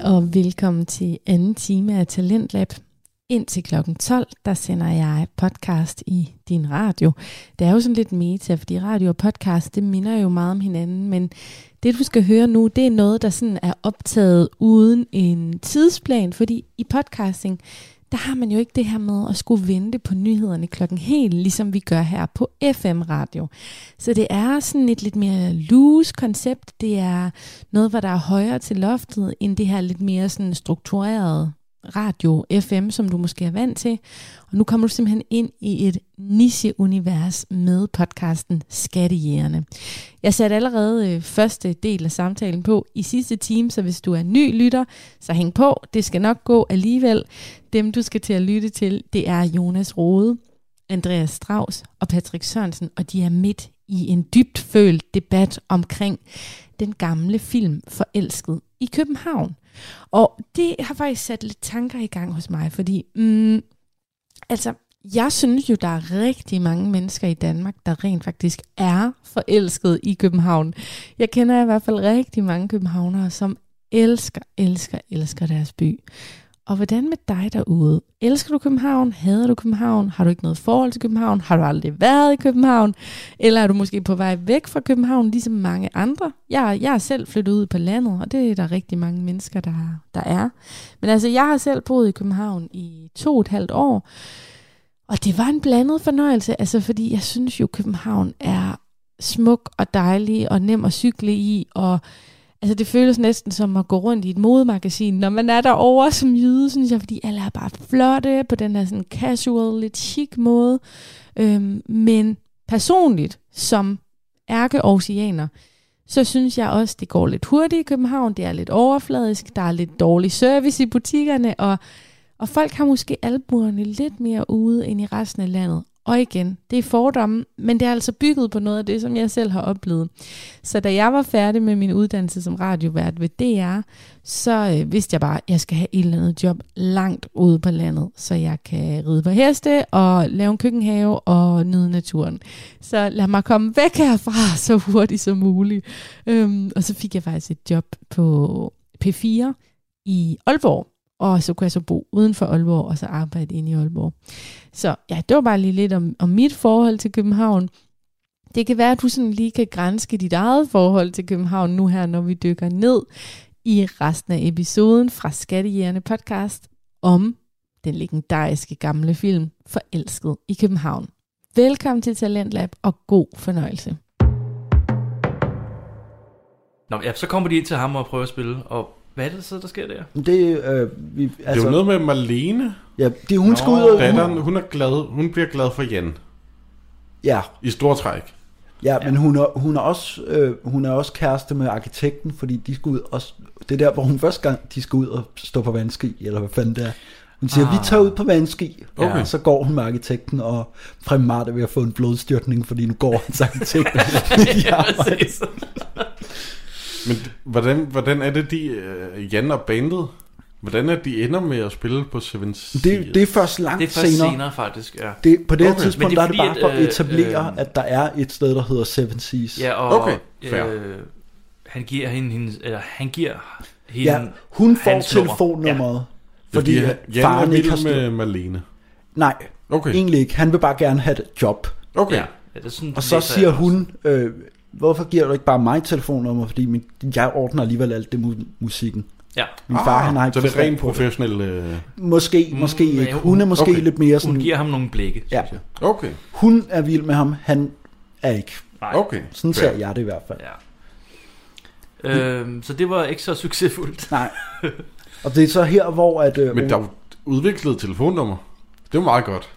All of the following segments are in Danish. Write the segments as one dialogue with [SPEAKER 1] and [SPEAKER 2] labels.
[SPEAKER 1] og velkommen til anden time af Talentlab. Indtil klokken 12, der sender jeg podcast i din radio. Det er jo sådan lidt meta, fordi radio og podcast, det minder jo meget om hinanden, men det du skal høre nu, det er noget, der sådan er optaget uden en tidsplan, fordi i podcasting, der har man jo ikke det her med at skulle vente på nyhederne klokken helt, ligesom vi gør her på FM-radio. Så det er sådan et lidt mere loose koncept. Det er noget, hvor der er højere til loftet, end det her lidt mere sådan strukturerede radio FM, som du måske er vant til. Og nu kommer du simpelthen ind i et niche-univers med podcasten Skattejægerne. Jeg satte allerede øh, første del af samtalen på i sidste time, så hvis du er ny lytter, så hæng på. Det skal nok gå alligevel. Dem, du skal til at lytte til, det er Jonas Rode, Andreas Strauss og Patrick Sørensen, og de er midt i en dybt følt debat omkring den gamle film Forelsket i København. Og det har faktisk sat lidt tanker i gang hos mig, fordi mm, altså, jeg synes jo, der er rigtig mange mennesker i Danmark, der rent faktisk er forelsket i København. Jeg kender i hvert fald rigtig mange københavnere, som elsker, elsker, elsker deres by. Og hvordan med dig derude? Elsker du København? Hader du København? Har du ikke noget forhold til København? Har du aldrig været i København? Eller er du måske på vej væk fra København, ligesom mange andre? Jeg, jeg er selv flyttet ud på landet, og det er der rigtig mange mennesker, der, der er. Men altså, jeg har selv boet i København i to og et halvt år, og det var en blandet fornøjelse, altså fordi jeg synes jo, København er smuk og dejlig og nem at cykle i, og Altså det føles næsten som at gå rundt i et modemagasin, når man er derovre som jyde, synes jeg, fordi alle er bare flotte på den her sådan casual, lidt chic måde. Øhm, men personligt, som ærke så synes jeg også, det går lidt hurtigt i København, det er lidt overfladisk, der er lidt dårlig service i butikkerne, og, og folk har måske albuerne lidt mere ude end i resten af landet. Og igen, det er fordomme, men det er altså bygget på noget af det, som jeg selv har oplevet. Så da jeg var færdig med min uddannelse som radiovært ved DR, så øh, vidste jeg bare, at jeg skal have et eller andet job langt ude på landet, så jeg kan ride på heste og lave en køkkenhave og nyde naturen. Så lad mig komme væk herfra så hurtigt som muligt. Øhm, og så fik jeg faktisk et job på P4 i Aalborg, og så kunne jeg så bo uden for Aalborg og så arbejde inde i Aalborg. Så ja, det var bare lige lidt om, om mit forhold til København. Det kan være, at du sådan lige kan grænske dit eget forhold til København nu her, når vi dykker ned i resten af episoden fra Skattejægerne podcast om den legendariske gamle film Forelsket i København. Velkommen til Talentlab og god fornøjelse.
[SPEAKER 2] Nå, ja, så kommer de ind til ham og prøver at spille, og hvad er det så, der sker der?
[SPEAKER 3] Det, øh, vi,
[SPEAKER 4] Altså, det er jo noget med Marlene.
[SPEAKER 3] Ja, det, hun skal ud
[SPEAKER 2] Nå,
[SPEAKER 3] og...
[SPEAKER 4] Datteren, hun er glad. Hun bliver glad for Jan.
[SPEAKER 3] Ja,
[SPEAKER 4] I store træk.
[SPEAKER 3] ja, men hun er, hun, er også, øh, hun er også kæreste med arkitekten, fordi de skal ud og... Det er der, hvor hun første gang, de skal ud og stå på vandski, eller hvad fanden det er. Hun siger, ah. vi tager ud på vandski,
[SPEAKER 4] Okay.
[SPEAKER 3] og så går hun med arkitekten, og Prem Mart er ved at få en blodstyrtning, fordi nu går hans arkitekt. ja,
[SPEAKER 2] præcis.
[SPEAKER 4] Men hvordan, hvordan er det, de, øh, Jan og bandet, hvordan er de ender med at spille på Seven Seas?
[SPEAKER 3] det, det er først langt
[SPEAKER 2] Det er først senere,
[SPEAKER 3] senere.
[SPEAKER 2] senere faktisk, ja.
[SPEAKER 3] Det, på det her
[SPEAKER 4] Okay,
[SPEAKER 3] okay,
[SPEAKER 4] men
[SPEAKER 3] tidspunkt,
[SPEAKER 2] det
[SPEAKER 3] det
[SPEAKER 2] er
[SPEAKER 3] er, der er det
[SPEAKER 2] fordi,
[SPEAKER 3] bare for
[SPEAKER 2] at, øh,
[SPEAKER 3] at etablere,
[SPEAKER 2] øh,
[SPEAKER 3] at der er et sted, der hedder Seven Seas.
[SPEAKER 2] Ja, og
[SPEAKER 4] Okay, fair.
[SPEAKER 2] Øh, han giver hende, hendes, eller han giver hende
[SPEAKER 3] ja hun får
[SPEAKER 2] hans nummer.
[SPEAKER 3] telefonnummeret,
[SPEAKER 4] Ja,
[SPEAKER 3] fordi,
[SPEAKER 4] han- Jan er
[SPEAKER 3] faren ikke har
[SPEAKER 4] vild
[SPEAKER 3] styr.
[SPEAKER 4] med Marlene.
[SPEAKER 3] Nej,
[SPEAKER 4] Okay,
[SPEAKER 3] egentlig ikke. Han vil bare gerne have et job.
[SPEAKER 4] okay.
[SPEAKER 2] Ja. Ja, det er sådan,
[SPEAKER 3] Og
[SPEAKER 2] læser
[SPEAKER 3] så
[SPEAKER 2] jeg
[SPEAKER 3] siger
[SPEAKER 2] det også.
[SPEAKER 3] hun, øh, hvorfor giver du ikke bare mig telefonnummer, fordi min, jeg ordner alligevel alt det mu- musikken.
[SPEAKER 2] Ja,
[SPEAKER 3] Min far, han har ikke
[SPEAKER 4] Ah, så det er
[SPEAKER 3] forstand
[SPEAKER 4] rent
[SPEAKER 3] på det.
[SPEAKER 4] professionelt. Øh...
[SPEAKER 3] Måske, måske
[SPEAKER 2] ja,
[SPEAKER 3] ikke.
[SPEAKER 2] hun-
[SPEAKER 3] Hun er måske
[SPEAKER 4] okay.
[SPEAKER 3] lidt mere
[SPEAKER 2] hun
[SPEAKER 3] sådan...
[SPEAKER 2] giver ham nogle blikke.
[SPEAKER 3] ja.
[SPEAKER 4] Okay,
[SPEAKER 3] Hun er vild med ham, han er ikke.
[SPEAKER 2] Nej.
[SPEAKER 4] okay.
[SPEAKER 3] Sådan
[SPEAKER 4] fair.
[SPEAKER 3] ser jeg det i hvert fald.
[SPEAKER 2] Ja. Øhm, så det var ikke så succesfuldt.
[SPEAKER 3] Nej. Og det er så her, hvor at... Øh,
[SPEAKER 4] Men der er jo udviklet telefonnummer. Det er jo meget godt,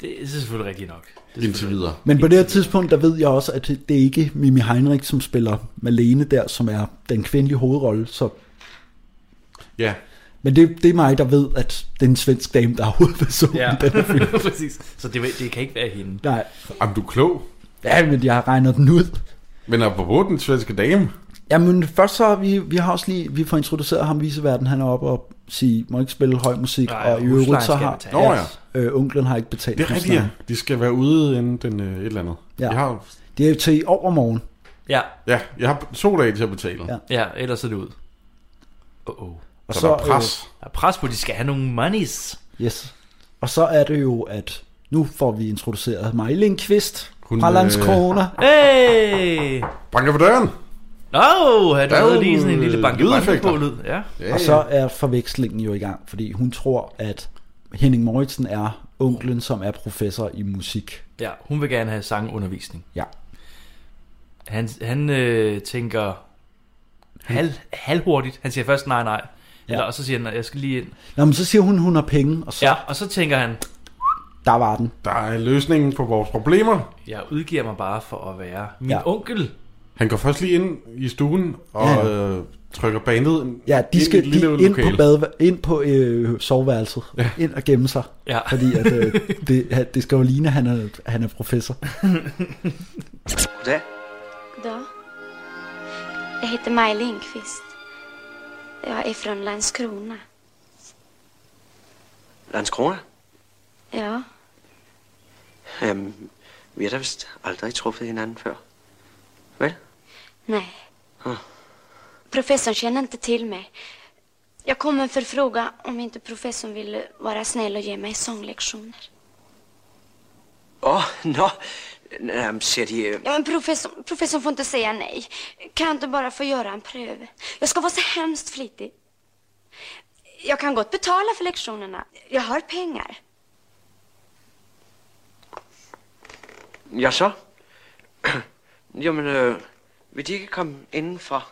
[SPEAKER 2] Det er selvfølgelig rigtigt nok. Det er
[SPEAKER 4] indtil
[SPEAKER 2] selvfølgelig-
[SPEAKER 4] videre.
[SPEAKER 3] men på det her tidspunkt, der ved jeg også, at det det er ikke Mimi Heinrich, som spiller Malene der, som er den kvindelige hovedrolle. Så...
[SPEAKER 4] Ja,
[SPEAKER 3] Men det, det er mig, der ved, at det er en svensk dame, der er hovedpersonen.
[SPEAKER 2] Ja,
[SPEAKER 3] Ja. Den her film.
[SPEAKER 2] præcis. Så det, det kan ikke være hende.
[SPEAKER 3] Nej,
[SPEAKER 4] Jamen, du er klog.
[SPEAKER 3] Ja, men jeg regner den ud.
[SPEAKER 4] Men apropos den svenske dame,
[SPEAKER 3] Jamen først så, har vi, vi har også lige, vi får introduceret ham, viseverden, han er oppe og sige, må ikke spille høj musik,
[SPEAKER 2] Nej,
[SPEAKER 3] og i
[SPEAKER 2] huslejen
[SPEAKER 3] øvrigt så
[SPEAKER 2] skal
[SPEAKER 3] har
[SPEAKER 2] betales.
[SPEAKER 4] Nå ja.
[SPEAKER 3] øh, onklen har ikke betalt
[SPEAKER 4] det er rigtigt, ja.
[SPEAKER 3] huslejen.
[SPEAKER 4] De skal være ude inden den øh, et eller andet.
[SPEAKER 3] Ja.
[SPEAKER 4] Jeg har,
[SPEAKER 3] Det er jo til i overmorgen.
[SPEAKER 2] Ja,
[SPEAKER 4] ja, jeg har to dage til at betale.
[SPEAKER 3] Ja.
[SPEAKER 2] ja, ellers er det ud. Oh, oh.
[SPEAKER 3] Og
[SPEAKER 4] Så,
[SPEAKER 3] så,
[SPEAKER 4] der er pres.
[SPEAKER 2] Der er pres på, de skal have nogle monies.
[SPEAKER 3] Øh, yes. Og så er det jo, at nu får vi introduceret Maj Lindqvist
[SPEAKER 4] Hun,
[SPEAKER 3] fra
[SPEAKER 4] øh,
[SPEAKER 3] Landskrona.
[SPEAKER 2] Hey!
[SPEAKER 4] Banker på døren.
[SPEAKER 2] Nå, har du
[SPEAKER 4] Der er jo
[SPEAKER 2] lavet lige sådan en lille banke banke
[SPEAKER 4] lydeffekter.
[SPEAKER 2] på lyd? Ja.
[SPEAKER 4] Ja,
[SPEAKER 3] Og så er forvekslingen jo i gang, fordi hun tror, at Henning Moritzen er onklen, som er professor i musik.
[SPEAKER 2] ja, hun vil gerne have sangundervisning.
[SPEAKER 3] Ja.
[SPEAKER 2] Han, han øh, tænker hal, halvhurtigt. Han siger først nej, nej. Ja.
[SPEAKER 3] Ja.
[SPEAKER 2] Eller, og så siger han, jeg skal lige ind.
[SPEAKER 3] Nå, men så siger hun, hun har penge, og så,
[SPEAKER 2] Ja, og så tænker han,
[SPEAKER 3] der var den.
[SPEAKER 4] Der er løsningen på vores problemer.
[SPEAKER 2] jeg udgiver mig bare for at være min
[SPEAKER 3] Ja.
[SPEAKER 2] ja. onkel.
[SPEAKER 4] Han går først lige ind i stuen og
[SPEAKER 3] Ja.
[SPEAKER 4] ja. øh, trykker bandet
[SPEAKER 3] Ja,
[SPEAKER 4] ind
[SPEAKER 3] de
[SPEAKER 4] i
[SPEAKER 3] skal
[SPEAKER 4] et lille
[SPEAKER 3] de, ind på,
[SPEAKER 4] lokale.
[SPEAKER 3] bad, ind på øh, soveværelset, ja. ind og gemme sig,
[SPEAKER 2] Ja.
[SPEAKER 3] fordi at, øh, det, han- det skal jo ligne, at han er, han er professor.
[SPEAKER 5] Det?
[SPEAKER 6] Goddag. Jag heter Maj Lindqvist. Jag är från Landskrona.
[SPEAKER 5] Landskrona?
[SPEAKER 6] Ja,
[SPEAKER 5] Øhm, vi har da vist aldrig truffet hinanden før. Vel?
[SPEAKER 6] nej. Professorn känner inte till mig. Jag kom med en förfrågan om inte professorn ville vara snäll och ge mig sånglektioner.
[SPEAKER 5] Åh, oh, nå. Jamen, ser de... øh,
[SPEAKER 6] Ja, men professorn, professorn får inte säga nej. Kan jag inte bara få göra en pröv? Jag ska vara så hemskt flitig. Jag kan gott betala för lektionerna. Jag har pengar.
[SPEAKER 5] øh, Ja, så? Jamen, øh, vil de ikke komme indenfor?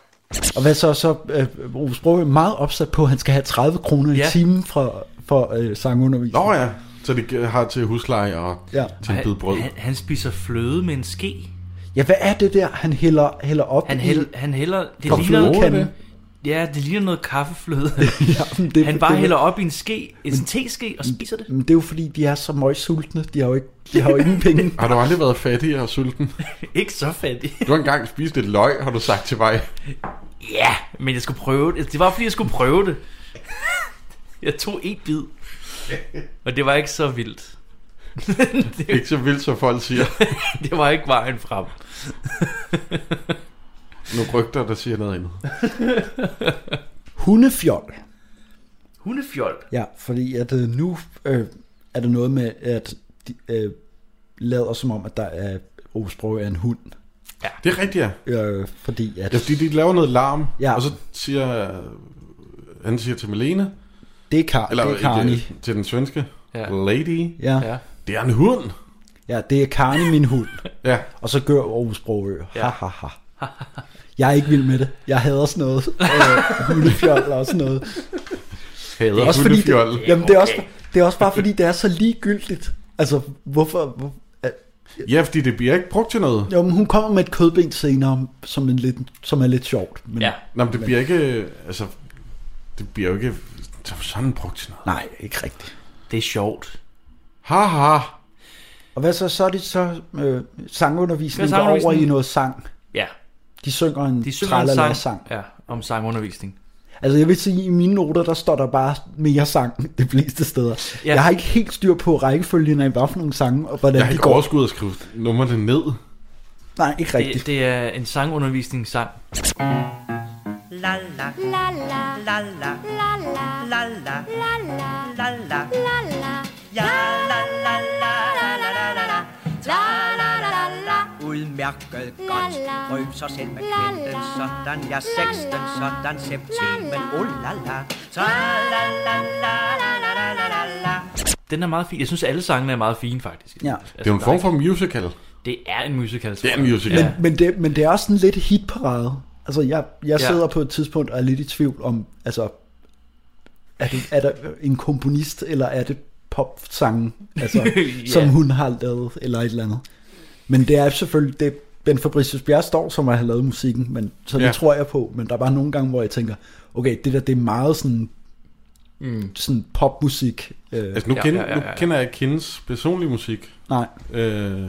[SPEAKER 3] Og hvad så, så øh, Rufus Brogøe er meget opsat på, at han skal have 30 kroner ja.
[SPEAKER 2] Ja.
[SPEAKER 3] i timen for, for øh, sangundervisning.
[SPEAKER 4] Nå ja, så de har til husleje og
[SPEAKER 3] Ja.
[SPEAKER 4] ja. til en bid brød.
[SPEAKER 2] Han, han spiser fløde med en ske.
[SPEAKER 3] ja, hvad er det der, han hælder, hælder op
[SPEAKER 2] Han,
[SPEAKER 3] i?
[SPEAKER 2] hæld, han hælder... Det
[SPEAKER 3] Fra
[SPEAKER 2] ligner,
[SPEAKER 3] flødekanden?
[SPEAKER 2] ja, det ligner noget kaffefløde.
[SPEAKER 3] men det-
[SPEAKER 2] han bare
[SPEAKER 3] det-
[SPEAKER 2] hælder op i en ske, en teske, og spiser det.
[SPEAKER 3] Men det er jo fordi, de er så møgsultne. De har jo ikke, de har jo ingen penge.
[SPEAKER 4] Har du aldrig været fattig og sulten?
[SPEAKER 2] Ikke så fattig.
[SPEAKER 4] Du har engang spist et løg, har du sagt til mig.
[SPEAKER 2] Ja, men jeg skulle prøve det. Det var fordi, jeg skulle prøve det. Jeg tog et bid. Og det var ikke så vildt.
[SPEAKER 4] Ikke så vildt, som folk siger.
[SPEAKER 2] Det var ikke vejen frem.
[SPEAKER 4] Nu rygter, der siger noget andet.
[SPEAKER 3] Hundefjol.
[SPEAKER 2] Hundefjold.
[SPEAKER 3] Ja, fordi at øh, nu øh, er det noget med, at de øh, lader som om, at der er Rufus Brogøe er en hund.
[SPEAKER 4] Det er rigtigt, ja.
[SPEAKER 3] Øh, fordi at
[SPEAKER 4] ja fordi de laver noget larm,
[SPEAKER 3] Ja.
[SPEAKER 4] ja. og så siger... Han siger til Malene,
[SPEAKER 3] det er, Kar-
[SPEAKER 4] eller øh,
[SPEAKER 3] det er Karni.
[SPEAKER 4] ikke, til den svenske
[SPEAKER 2] Ja.
[SPEAKER 4] ja. lady,
[SPEAKER 3] Ja.
[SPEAKER 2] Ja.
[SPEAKER 4] det er en hund.
[SPEAKER 3] ja, det er Karni, min hund.
[SPEAKER 4] Ja,
[SPEAKER 3] Og så gør Aarhus Brogø. Ja.
[SPEAKER 2] Ja.
[SPEAKER 3] Ha, ha, ha. Jeg er ikke vild med det. Jeg hader sådan noget. Øh, hundefjol og sådan noget.
[SPEAKER 4] hader
[SPEAKER 3] Også fordi
[SPEAKER 4] hundefjold.
[SPEAKER 3] det, jamen det, er også, det er også bare fordi, det er så ligegyldigt. Altså, hvorfor... hvor- at-
[SPEAKER 4] Ja, fordi det bliver ikke brugt til noget.
[SPEAKER 3] Jo, men hun kommer med et kødben senere, som, en lidt, som er lidt sjovt. Men,
[SPEAKER 2] Ja.
[SPEAKER 4] Nå, men det bliver ikke... Altså, det bliver jo ikke som sådan brugt til noget.
[SPEAKER 3] Nej, ikke rigtigt.
[SPEAKER 2] Det er sjovt.
[SPEAKER 4] Haha.
[SPEAKER 3] Og hvad så? Så er det så øh, sangundervisning,
[SPEAKER 2] Hvad
[SPEAKER 3] går
[SPEAKER 2] er
[SPEAKER 3] over i
[SPEAKER 2] sangundervisning?
[SPEAKER 3] noget sang.
[SPEAKER 2] Ja.
[SPEAKER 3] De synger en
[SPEAKER 2] De synger en
[SPEAKER 3] tralala
[SPEAKER 2] sang,
[SPEAKER 3] sang.
[SPEAKER 2] Ja, om sangundervisning.
[SPEAKER 3] Altså jeg vil sige, at i mine noter, der står der bare mere sang de fleste steder. Ja.
[SPEAKER 2] Ja.
[SPEAKER 3] Jeg har ikke helt styr på rækkefølgen af, hvad for nogle sange, og hvordan
[SPEAKER 4] Jeg har
[SPEAKER 3] de
[SPEAKER 4] ikke
[SPEAKER 3] går.
[SPEAKER 4] overskud at skrive nummerne ned.
[SPEAKER 3] Nej, ikke rigtigt.
[SPEAKER 2] Det, det er en sangundervisningssang.
[SPEAKER 7] La la la la la la la la la la la la la ja la la la la la la la la Udmærket godt Røv sig selv med kvinten Sådan ja seksten Sådan septimen Oh la la Så la la la la la la la la la
[SPEAKER 2] Den er meget fin. Jeg synes, alle sangene er meget fine, faktisk.
[SPEAKER 3] Ja.
[SPEAKER 2] Altså,
[SPEAKER 4] Det er jo en form for musical.
[SPEAKER 2] Det er en musical. tror
[SPEAKER 4] Det er en
[SPEAKER 2] jeg.
[SPEAKER 4] musical.
[SPEAKER 3] Men,
[SPEAKER 2] Ja.
[SPEAKER 3] men, det, men det er også sådan lidt hitparade. Altså jeg, jeg
[SPEAKER 2] Ja.
[SPEAKER 3] sidder på et tidspunkt og er lidt i tvivl om, altså er, det, er der en komponist, eller er det popsangen, altså, ja.
[SPEAKER 2] Ja.
[SPEAKER 3] som hun har lavet, eller et eller andet. Men det er selvfølgelig, det Ben Fabricius Bjerre står, som har lavet musikken, men, så det ja.
[SPEAKER 4] Ja.
[SPEAKER 3] tror jeg på, men der er bare nogle gange, hvor jeg tænker, okay, det der, det er meget sådan, mm. sådan popmusik. Øh,
[SPEAKER 4] Altså, nu,
[SPEAKER 2] Ja,
[SPEAKER 4] kender,
[SPEAKER 2] ja, ja, ja,
[SPEAKER 4] nu
[SPEAKER 2] ja.
[SPEAKER 4] kender jeg Kins personlige musik.
[SPEAKER 3] nej,
[SPEAKER 4] Øh, jeg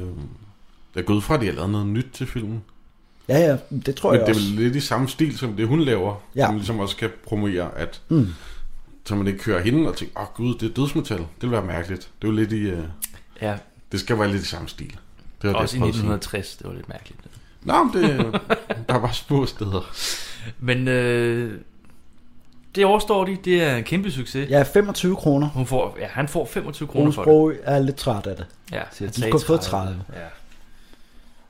[SPEAKER 4] er gået ud fra, at de har lavet noget nyt til filmen.
[SPEAKER 3] ja ja, det tror
[SPEAKER 4] Men
[SPEAKER 3] jeg
[SPEAKER 4] det er
[SPEAKER 3] også.
[SPEAKER 4] vel lidt i samme stil, som det hun laver.
[SPEAKER 3] Ja.
[SPEAKER 4] Ja. Som ligesom også kan promovere, at... Mm. Så man ikke kører hende og tænker, åh oh, gud, det er dødsmetal. Det vil være mærkeligt. Det er jo lidt i... Øh,
[SPEAKER 2] ja.
[SPEAKER 4] det skal være lidt i samme stil. Det var
[SPEAKER 2] Også i
[SPEAKER 4] jeg prøvede at sige.
[SPEAKER 2] 1960. Det var lidt mærkeligt.
[SPEAKER 4] Nå, men det, der er bare små steder.
[SPEAKER 2] Men øh, det overstår de. Det er en kæmpe succes. Ja.
[SPEAKER 3] Ja, 25 kroner.
[SPEAKER 2] Hun får, ja, han får 25 kroner
[SPEAKER 3] Rune
[SPEAKER 2] for det.
[SPEAKER 3] Sprogø er lidt træt af det.
[SPEAKER 2] Ja,
[SPEAKER 3] Du skulle have fået 30.
[SPEAKER 2] Ja.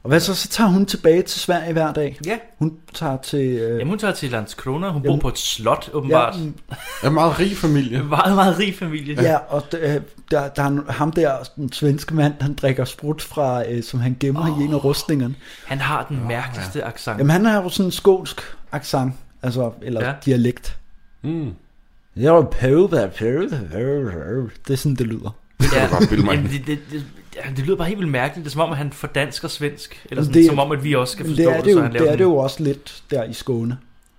[SPEAKER 3] Og hvad så? Så tager hun tilbage til Sverige hver dag.
[SPEAKER 2] ja.
[SPEAKER 3] Hun tager til... Øh,
[SPEAKER 2] Jamen, hun tager til Landskrona. Hun bor
[SPEAKER 3] Jamen-
[SPEAKER 2] på et slot, åbenbart. Ja.
[SPEAKER 4] Er en meget rig familie.
[SPEAKER 2] En meget, meget rig familie.
[SPEAKER 3] Ja, og d- øh, der, der er en- ham der, den svenske mand, han drikker sprut fra, øh, som han gemmer oh. i en af rustningerne.
[SPEAKER 2] Han har den mærkeligste accent.
[SPEAKER 3] Jamen han har jo sådan en skånsk accent, altså, eller
[SPEAKER 2] Ja.
[SPEAKER 3] ja. dialekt.
[SPEAKER 4] Mm.
[SPEAKER 3] Jeg er jo pøve, hvad er pøve, pøve, pøve. Det er sådan, det lyder.
[SPEAKER 2] Ja,
[SPEAKER 4] godt bilde mig ind.
[SPEAKER 2] jamen, det, det, det, ja, det lyder bare helt vildt mærkeligt. Det er som om, at han fordansker svensk. Eller
[SPEAKER 3] Men
[SPEAKER 2] sådan, det,
[SPEAKER 3] det-
[SPEAKER 2] som om, at vi også skal
[SPEAKER 3] Men
[SPEAKER 2] forstå
[SPEAKER 3] det er
[SPEAKER 2] det,
[SPEAKER 3] det,
[SPEAKER 2] så
[SPEAKER 3] jo,
[SPEAKER 2] han laver
[SPEAKER 3] det er det
[SPEAKER 2] sådan-
[SPEAKER 3] jo også lidt der i Skåne.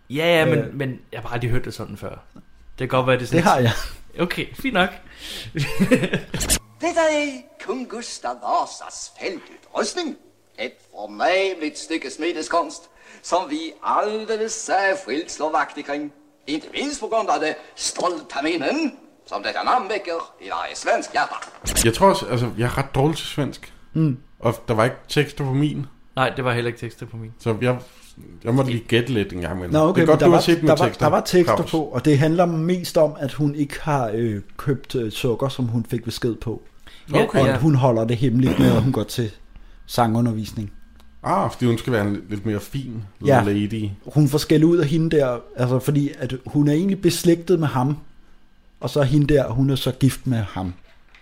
[SPEAKER 2] Ja, ja, men,
[SPEAKER 3] Øh.
[SPEAKER 2] men jeg har bare aldrig hørt det sådan før. Det kan godt være, det er sådan
[SPEAKER 3] Det har jeg.
[SPEAKER 2] Okay, fint nok.
[SPEAKER 8] Detta är kung Gustav Vasas fältutrustning. Ett förnämligt stycke smideskonst som vi alldeles särskilt slår vakt ikring. Inte minst på grund av det stolta minnen som detta namn väcker i varje svensk hjärta.
[SPEAKER 4] Jeg tror også, altså, jeg er ret dårlig til svensk. Mm. Og der var ikke tekster på min,
[SPEAKER 2] Nej, det var heller ikke tekster på min.
[SPEAKER 4] så jeg, jeg måtte lige gætte lidt en gang imellem.
[SPEAKER 3] Nå, okay,
[SPEAKER 4] det er godt,
[SPEAKER 3] men der,
[SPEAKER 4] du
[SPEAKER 3] var,
[SPEAKER 4] har set mine
[SPEAKER 3] der, var,
[SPEAKER 4] tekster.
[SPEAKER 3] der var tekster
[SPEAKER 4] Claus.
[SPEAKER 3] på, og det handler mest om, at hun ikke har øh, købt øh, sukker, som hun fik besked på.
[SPEAKER 2] Okay.
[SPEAKER 3] Og
[SPEAKER 2] Ja.
[SPEAKER 3] at hun holder det hemmeligt med, at hun går til sangundervisning.
[SPEAKER 4] Ah, fordi hun skal være en lidt- lidt mere fin
[SPEAKER 3] Ja.
[SPEAKER 4] lady.
[SPEAKER 3] hun får skæld ud af hende der, altså fordi at hun er egentlig beslægtet med ham, og så er hende der, hun er så gift med ham.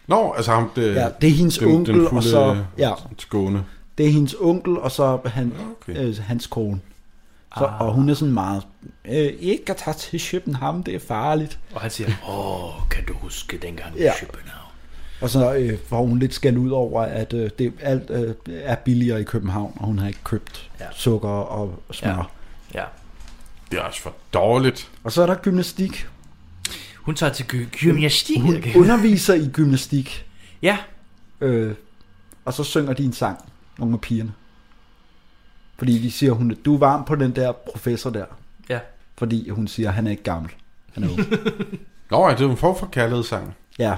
[SPEAKER 4] Nå, altså ham, det,
[SPEAKER 3] Ja, det er hendes
[SPEAKER 4] den,
[SPEAKER 3] onkel,
[SPEAKER 4] den fulde,
[SPEAKER 3] og så- ja.
[SPEAKER 4] skåne.
[SPEAKER 3] Det er hendes onkel, og så er han,
[SPEAKER 4] Okay.
[SPEAKER 3] okay. øh, hans kone. Så, ah. Og hun er sådan meget, øh, ikke at tage til København, det er farligt.
[SPEAKER 2] Og han siger, åh, kan du huske dengang i
[SPEAKER 3] Ja.
[SPEAKER 2] København?
[SPEAKER 3] Og så øh, får hun lidt skæld ud over, at øh, det, alt øh, er billigere i København, og hun har ikke købt ja. sukker og smør.
[SPEAKER 2] Ja.
[SPEAKER 3] Ja.
[SPEAKER 2] Ja.
[SPEAKER 4] Det er også for dårligt.
[SPEAKER 3] Og så er der gymnastik.
[SPEAKER 2] Hun tager til gy- gymnastik.
[SPEAKER 3] Hun
[SPEAKER 2] Okay.
[SPEAKER 3] underviser i gymnastik,
[SPEAKER 2] Ja,
[SPEAKER 3] Øh, og så synger de en sang, nogle af pigerne. Fordi de siger, hun, du er varm på den der professor der.
[SPEAKER 2] ja.
[SPEAKER 3] Fordi hun siger, han er ikke gammel. Han er ung.
[SPEAKER 4] Nå, ja, det er jo en form for kærlighedssang.
[SPEAKER 3] ja.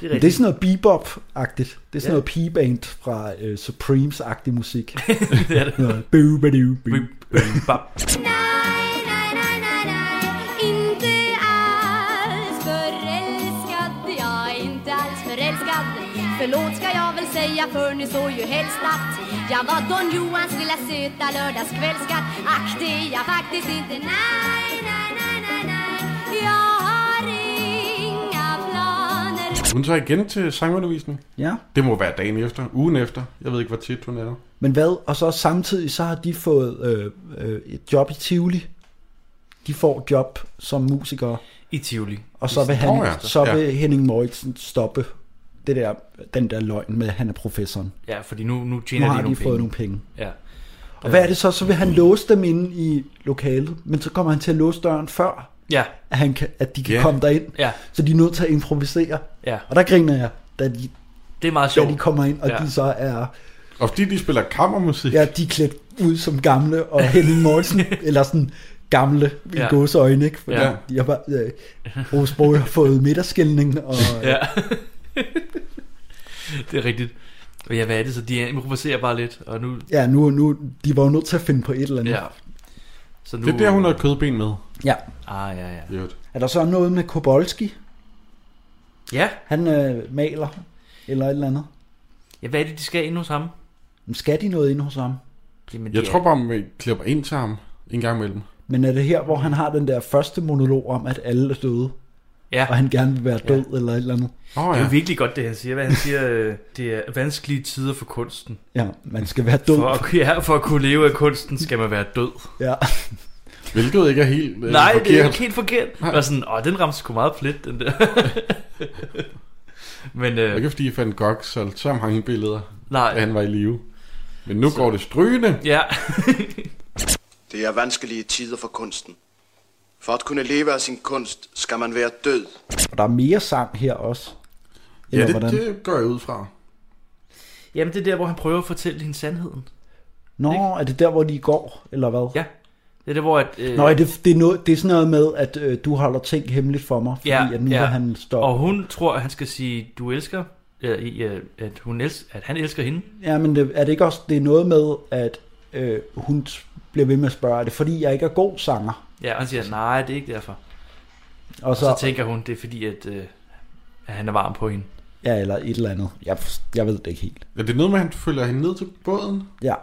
[SPEAKER 2] Det er
[SPEAKER 3] Men det er
[SPEAKER 2] rigtigt.
[SPEAKER 3] sådan noget bebop-agtigt. Det er sådan
[SPEAKER 2] Ja.
[SPEAKER 3] ja. noget pigeband fra øh, Supremes-agtig musik.
[SPEAKER 2] Det er det.
[SPEAKER 3] Noget bøv, bøv, bøv.
[SPEAKER 2] Bim, bim, bam.
[SPEAKER 9] Nej, nej, nej, nej, nej, inte alls förälskad. Jag är inte alls förälskad. Förlåt ska jag väl säga, för ni såg ju helst att jag var Don Johans lilla söta lördagskvällskatt. Ack, det är jag faktiskt inte. Nej, nej, nej, nej, nej, jag har inga planer.
[SPEAKER 4] Hun tager igen til sangundervisning.
[SPEAKER 3] Ja.
[SPEAKER 4] Det må være dagen efter, ugen efter. Jeg ved ikke, hvor tit hun er.
[SPEAKER 3] Men hvad? Og så samtidig så har de fået øh, øh, et job i Tivoli. De får job som musikere.
[SPEAKER 2] I Tivoli.
[SPEAKER 3] Og så vil,
[SPEAKER 4] Nå
[SPEAKER 3] han,
[SPEAKER 4] ja,
[SPEAKER 3] så
[SPEAKER 4] ja.
[SPEAKER 3] vil Henning Møjtsen stoppe det der, den der løgn med, at han er professoren.
[SPEAKER 2] Ja, fordi nu, nu
[SPEAKER 3] Nu
[SPEAKER 2] tjener
[SPEAKER 3] har
[SPEAKER 2] de
[SPEAKER 3] de
[SPEAKER 2] nogle
[SPEAKER 3] fået
[SPEAKER 2] penge.
[SPEAKER 3] nogle penge.
[SPEAKER 2] Ja.
[SPEAKER 3] Og hvad er det så? Så vil han låse dem inde i lokalet, men så kommer han til at låse døren før,
[SPEAKER 2] Ja,
[SPEAKER 3] at, han kan, at de kan
[SPEAKER 4] Ja.
[SPEAKER 3] yeah. komme derind.
[SPEAKER 2] Ja.
[SPEAKER 3] Så de er nødt til at improvisere.
[SPEAKER 2] ja.
[SPEAKER 3] Og der griner jeg, da de,
[SPEAKER 2] Det er meget
[SPEAKER 3] da
[SPEAKER 2] sjovt.
[SPEAKER 3] de kommer ind, og
[SPEAKER 2] Ja.
[SPEAKER 3] ja. de så er,
[SPEAKER 4] Og fordi de spiller kammermusik.
[SPEAKER 3] ja, de er klædt ud som gamle, og Henning Mortensen, eller sådan gamle i
[SPEAKER 2] Ja.
[SPEAKER 3] ja. gåseøjne, ikke? Fordi
[SPEAKER 2] Ja.
[SPEAKER 3] ja. de har bare, øh, Rose Brogge har fået midterskældning, og
[SPEAKER 2] Ja. det er rigtigt. Og ja, hvad er det så? De improviserer bare lidt, og nu...
[SPEAKER 3] ja, nu, nu, de var jo nødt til at finde på et eller andet.
[SPEAKER 2] Ja. Så nu...
[SPEAKER 4] Det er der, hun har kødben med.
[SPEAKER 3] ja.
[SPEAKER 2] Ah, ja, ja.
[SPEAKER 4] i øvrigt.
[SPEAKER 3] Er der så noget med Kobolski?
[SPEAKER 2] Ja,
[SPEAKER 3] Han øh, maler, eller et eller andet.
[SPEAKER 2] ja hvad er det, de skal ind hos ham?
[SPEAKER 3] Men skal de noget inde hos ham?
[SPEAKER 2] Jamen,
[SPEAKER 4] Jeg
[SPEAKER 2] det er-
[SPEAKER 4] tror bare, man klipper ind til ham en gang imellem.
[SPEAKER 3] Men er det her, hvor han har den der første monolog om, at alle er døde,
[SPEAKER 2] Ja.
[SPEAKER 3] og han gerne vil være død ja. eller et eller andet?
[SPEAKER 4] Åh
[SPEAKER 2] Det
[SPEAKER 4] oh,
[SPEAKER 2] er jo
[SPEAKER 4] ja.
[SPEAKER 2] virkelig godt, det han siger. Hvad han siger, øh, det er vanskelige tider for kunsten.
[SPEAKER 3] Ja, man skal være død.
[SPEAKER 2] For at, ja, for at kunne leve af kunsten, skal man være død.
[SPEAKER 3] Ja.
[SPEAKER 4] Hvilket ikke er helt øh,
[SPEAKER 2] Nej,
[SPEAKER 4] forkert.
[SPEAKER 2] det er ikke helt forkert. Nej. Og sådan, åh, den ramte sgu meget plet, den der. Men
[SPEAKER 4] Det er
[SPEAKER 2] øh,
[SPEAKER 4] ikke fordi Van Gogh solgte så mange billeder, da
[SPEAKER 2] nej,
[SPEAKER 4] han var i live. Men nu så. går det strygende.
[SPEAKER 2] ja,
[SPEAKER 10] Det er vanskelige tider for kunsten. For at kunne leve af sin kunst, skal man være død.
[SPEAKER 3] Og der er mere sang her også.
[SPEAKER 4] Ja,
[SPEAKER 3] Eller
[SPEAKER 4] det,
[SPEAKER 3] hvordan?
[SPEAKER 4] det går jeg ud fra.
[SPEAKER 2] jamen det er der, hvor han prøver at fortælle hende sandheden.
[SPEAKER 3] Nå, er det der, hvor de går, eller hvad?
[SPEAKER 2] Ja, det er der, hvor at, øh,
[SPEAKER 3] Nå, er det, det, er noget, det er sådan noget med, at øh, du holder ting hemmeligt for mig, fordi at nu vil han stoppe.
[SPEAKER 2] og hun tror, at han skal sige, du elsker, øh, i, øh, at, hun elsker, at han elsker hende.
[SPEAKER 3] Ja, men det, er det ikke også det er noget med, at øh, hun t- bliver ved med at spørge, er det fordi, jeg ikke er god sanger?
[SPEAKER 2] Ja, og han siger, nej, det er ikke derfor. Og så, og så tænker hun, det er fordi, at, øh, at han er varm på hende.
[SPEAKER 3] Ja, eller et eller andet. Jeg, jeg ved det ikke helt.
[SPEAKER 4] Er det noget med, at han følger hende ned til båden?
[SPEAKER 3] Ja.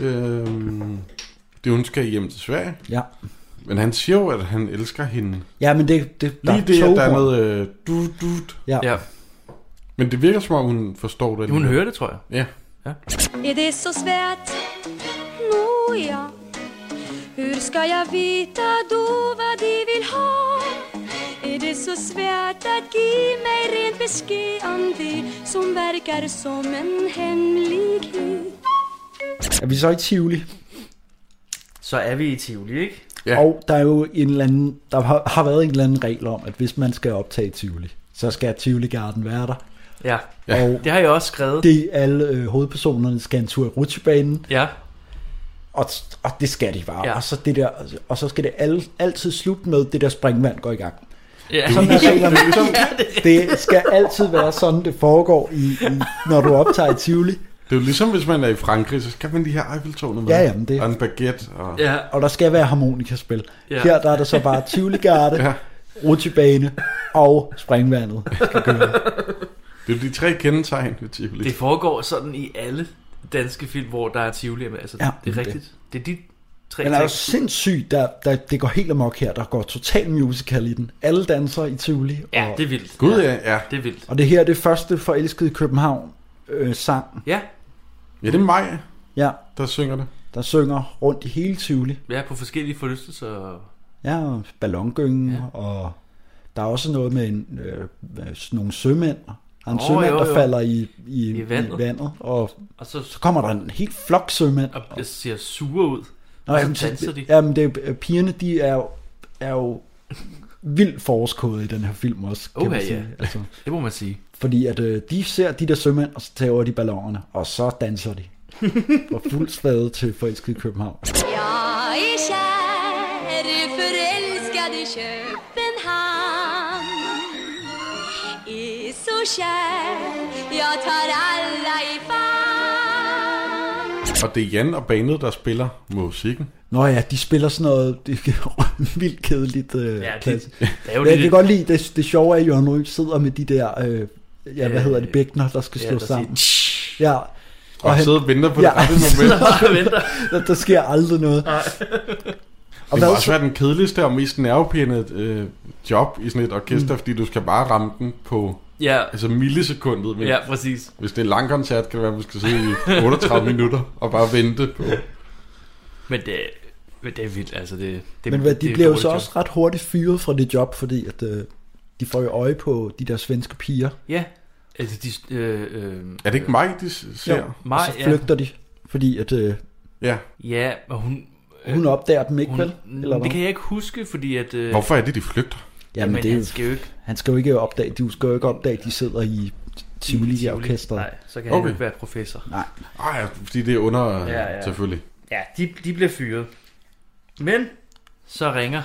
[SPEAKER 4] Øhm, det hun skal hjem til Sverige.
[SPEAKER 3] Ja.
[SPEAKER 4] Men han siger jo, at han elsker hende.
[SPEAKER 3] Ja, men det, det
[SPEAKER 4] Lige det, at der er noget øh, du, du,
[SPEAKER 3] Ja.
[SPEAKER 2] ja.
[SPEAKER 4] Men det virker som om, hun forstår det.
[SPEAKER 2] Hun hører det, tror jeg.
[SPEAKER 4] Ja.
[SPEAKER 9] Är det så svärt? Nåja, hur ska jag veta då vad de vill ha? Är det så svärt att ge mig rent besked om det som verkar som en hemlighet?
[SPEAKER 3] Er vi så i Tivoli?
[SPEAKER 2] Så er vi i Tivoli, ikke?
[SPEAKER 4] Ja.
[SPEAKER 3] Og der er jo en eller anden, der har, har været en eller anden regel om, at hvis man skal optage i Tivoli, så skal Tivoli Garden være der.
[SPEAKER 2] Ja.
[SPEAKER 3] Ja. Og
[SPEAKER 2] Det har jeg også skrevet.
[SPEAKER 3] det er alle øh, hovedpersonerne skal en tur i rutsjebanen,
[SPEAKER 2] Ja.
[SPEAKER 3] og, og det skal de bare.
[SPEAKER 2] Ja.
[SPEAKER 3] Ja. Og, så det der, og så skal det alle, altid slutte med, det der springvand går i gang.
[SPEAKER 2] Ja.
[SPEAKER 3] Sådan er reglerne. Ligesom Det skal altid være sådan, det foregår, i, i, når du optager i Tivoli.
[SPEAKER 4] Det er jo ligesom, hvis man er i Frankrig, så skal man de her Eiffeltårne med.
[SPEAKER 3] Ja, jamen, det-
[SPEAKER 4] Og en baguette. Og...
[SPEAKER 2] ja.
[SPEAKER 3] Og der skal være harmonikaspil.
[SPEAKER 2] Ja.
[SPEAKER 3] Ja. Her der er der så bare Tivoli-garde,
[SPEAKER 4] Ja.
[SPEAKER 3] ja. rutsjebane og springvandet.
[SPEAKER 4] Det er jo de tre kendetegn ved Tivoli.
[SPEAKER 2] Det foregår sådan i alle danske film, hvor der er Tivoli med. Altså, ja,
[SPEAKER 3] Ja,
[SPEAKER 2] det er
[SPEAKER 3] det-
[SPEAKER 2] rigtigt. Det, det er de tre
[SPEAKER 3] Men er jo
[SPEAKER 2] ting.
[SPEAKER 3] sindssygt, der, der, det går helt amok her. Der går total musical i den. Alle danser i Tivoli.
[SPEAKER 2] Ja,
[SPEAKER 3] og,
[SPEAKER 2] det er vildt.
[SPEAKER 4] Gud,
[SPEAKER 2] ja.
[SPEAKER 4] ja. ja.
[SPEAKER 2] Det er vildt.
[SPEAKER 3] og det her er det første forelskede København øh, sang,
[SPEAKER 2] Ja,
[SPEAKER 4] Ja, det er mig,
[SPEAKER 3] ja,
[SPEAKER 4] der synger det.
[SPEAKER 3] der synger rundt i hele Tivoli.
[SPEAKER 2] ja, på forskellige forlystelser. og-
[SPEAKER 3] Ja, og ballongyngen, ja. og der er også noget med en, øh, øh, nogle sømænd. Der er en
[SPEAKER 2] Åh,
[SPEAKER 3] oh, sømand,
[SPEAKER 2] jo,
[SPEAKER 3] jo, jo.
[SPEAKER 2] jo.
[SPEAKER 3] der falder i, i,
[SPEAKER 2] I
[SPEAKER 3] I,
[SPEAKER 2] vandet.
[SPEAKER 3] vandet. i vandet, og
[SPEAKER 2] Og så,
[SPEAKER 3] så kommer der en helt flok sømænd.
[SPEAKER 2] og jeg ser sure ud.
[SPEAKER 3] Nå,
[SPEAKER 2] og så
[SPEAKER 3] jamen, så-
[SPEAKER 2] danser de.
[SPEAKER 3] Jamen, det, er- øh, pigerne, de er jo, er jo vildt forårskåde i den her film også, kan
[SPEAKER 2] Uha,
[SPEAKER 3] man
[SPEAKER 2] ja.
[SPEAKER 3] sige. Altså.
[SPEAKER 2] Det må man sige.
[SPEAKER 3] Fordi at øh, de ser de der sømænd, og så tager de ballongerne, og så danser de. og fuld spade til forelskede København.
[SPEAKER 9] Jag är kär, förälskad i Köpenhamn Är så kär, jag tar alla i famn
[SPEAKER 4] Og det er Jan og bandet, der spiller musikken.
[SPEAKER 3] Nå ja, de spiller sådan noget det er vildt kedeligt. Øh,
[SPEAKER 2] Ja, det,
[SPEAKER 3] klassisk.
[SPEAKER 2] det er jo
[SPEAKER 3] Men jeg kan
[SPEAKER 2] lidt...
[SPEAKER 3] godt lide, det, det sjove er, at Jørgen Ryg sidder med de der, øh, ja, hvad
[SPEAKER 2] Øh,
[SPEAKER 3] hedder det, bækner, der skal
[SPEAKER 2] ja,
[SPEAKER 3] slå
[SPEAKER 2] der
[SPEAKER 3] sammen. Ja,
[SPEAKER 4] Og, og
[SPEAKER 3] han-
[SPEAKER 4] sidder og venter på
[SPEAKER 3] Ja.
[SPEAKER 4] det rette moment.
[SPEAKER 2] Bare venter.
[SPEAKER 3] der, der sker aldrig noget. Og
[SPEAKER 4] Det må
[SPEAKER 3] hvad
[SPEAKER 4] også
[SPEAKER 3] så?
[SPEAKER 4] være den kedeligste og mest nervepirrende øh, job i sådan et orkester, mm. fordi du skal bare ramme den på
[SPEAKER 2] Ja,
[SPEAKER 4] altså millisekundet. Men
[SPEAKER 2] ja,
[SPEAKER 4] ja.
[SPEAKER 2] præcis.
[SPEAKER 4] Hvis det er en lang koncert, kan det være, at man skal sidde i 38 minutter og bare vente på.
[SPEAKER 2] Men det, men det er vildt, altså. Det, det,
[SPEAKER 3] Men hvad,
[SPEAKER 2] det er
[SPEAKER 3] de bliver jo
[SPEAKER 2] et
[SPEAKER 3] så
[SPEAKER 2] dårligt
[SPEAKER 3] også ret hurtigt fyret fra det job, fordi at, øh, de får jo øje på de der svenske piger.
[SPEAKER 2] job. Ja, altså de... Øh, øh,
[SPEAKER 4] Er det ikke mig, de s- ser?
[SPEAKER 3] Jo.
[SPEAKER 2] Maj,
[SPEAKER 3] og så flygter de, fordi at, øh,
[SPEAKER 4] Ja.
[SPEAKER 2] Ja, og hun...
[SPEAKER 3] hun opdager dem ikke,
[SPEAKER 2] Øh, hun,
[SPEAKER 3] vel? Eller
[SPEAKER 2] det
[SPEAKER 3] hvad?
[SPEAKER 2] kan jeg ikke huske, fordi at... Øh,
[SPEAKER 4] Hvorfor er det, de flygter?
[SPEAKER 3] Jamen,
[SPEAKER 2] men
[SPEAKER 3] det, er
[SPEAKER 2] han
[SPEAKER 3] jo-
[SPEAKER 2] skal jo ikke...
[SPEAKER 3] han skal jo ikke opdage, de skal jo ikke opdage, at de sidder i Tivoli i orkestret.
[SPEAKER 2] Nej, så kan okay. han
[SPEAKER 4] Okay.
[SPEAKER 2] jo ikke være professor.
[SPEAKER 4] Ej, fordi det er under...
[SPEAKER 2] Ja, ja.
[SPEAKER 4] Selvfølgelig.
[SPEAKER 2] Ja, de, de bliver fyret. Men så ringer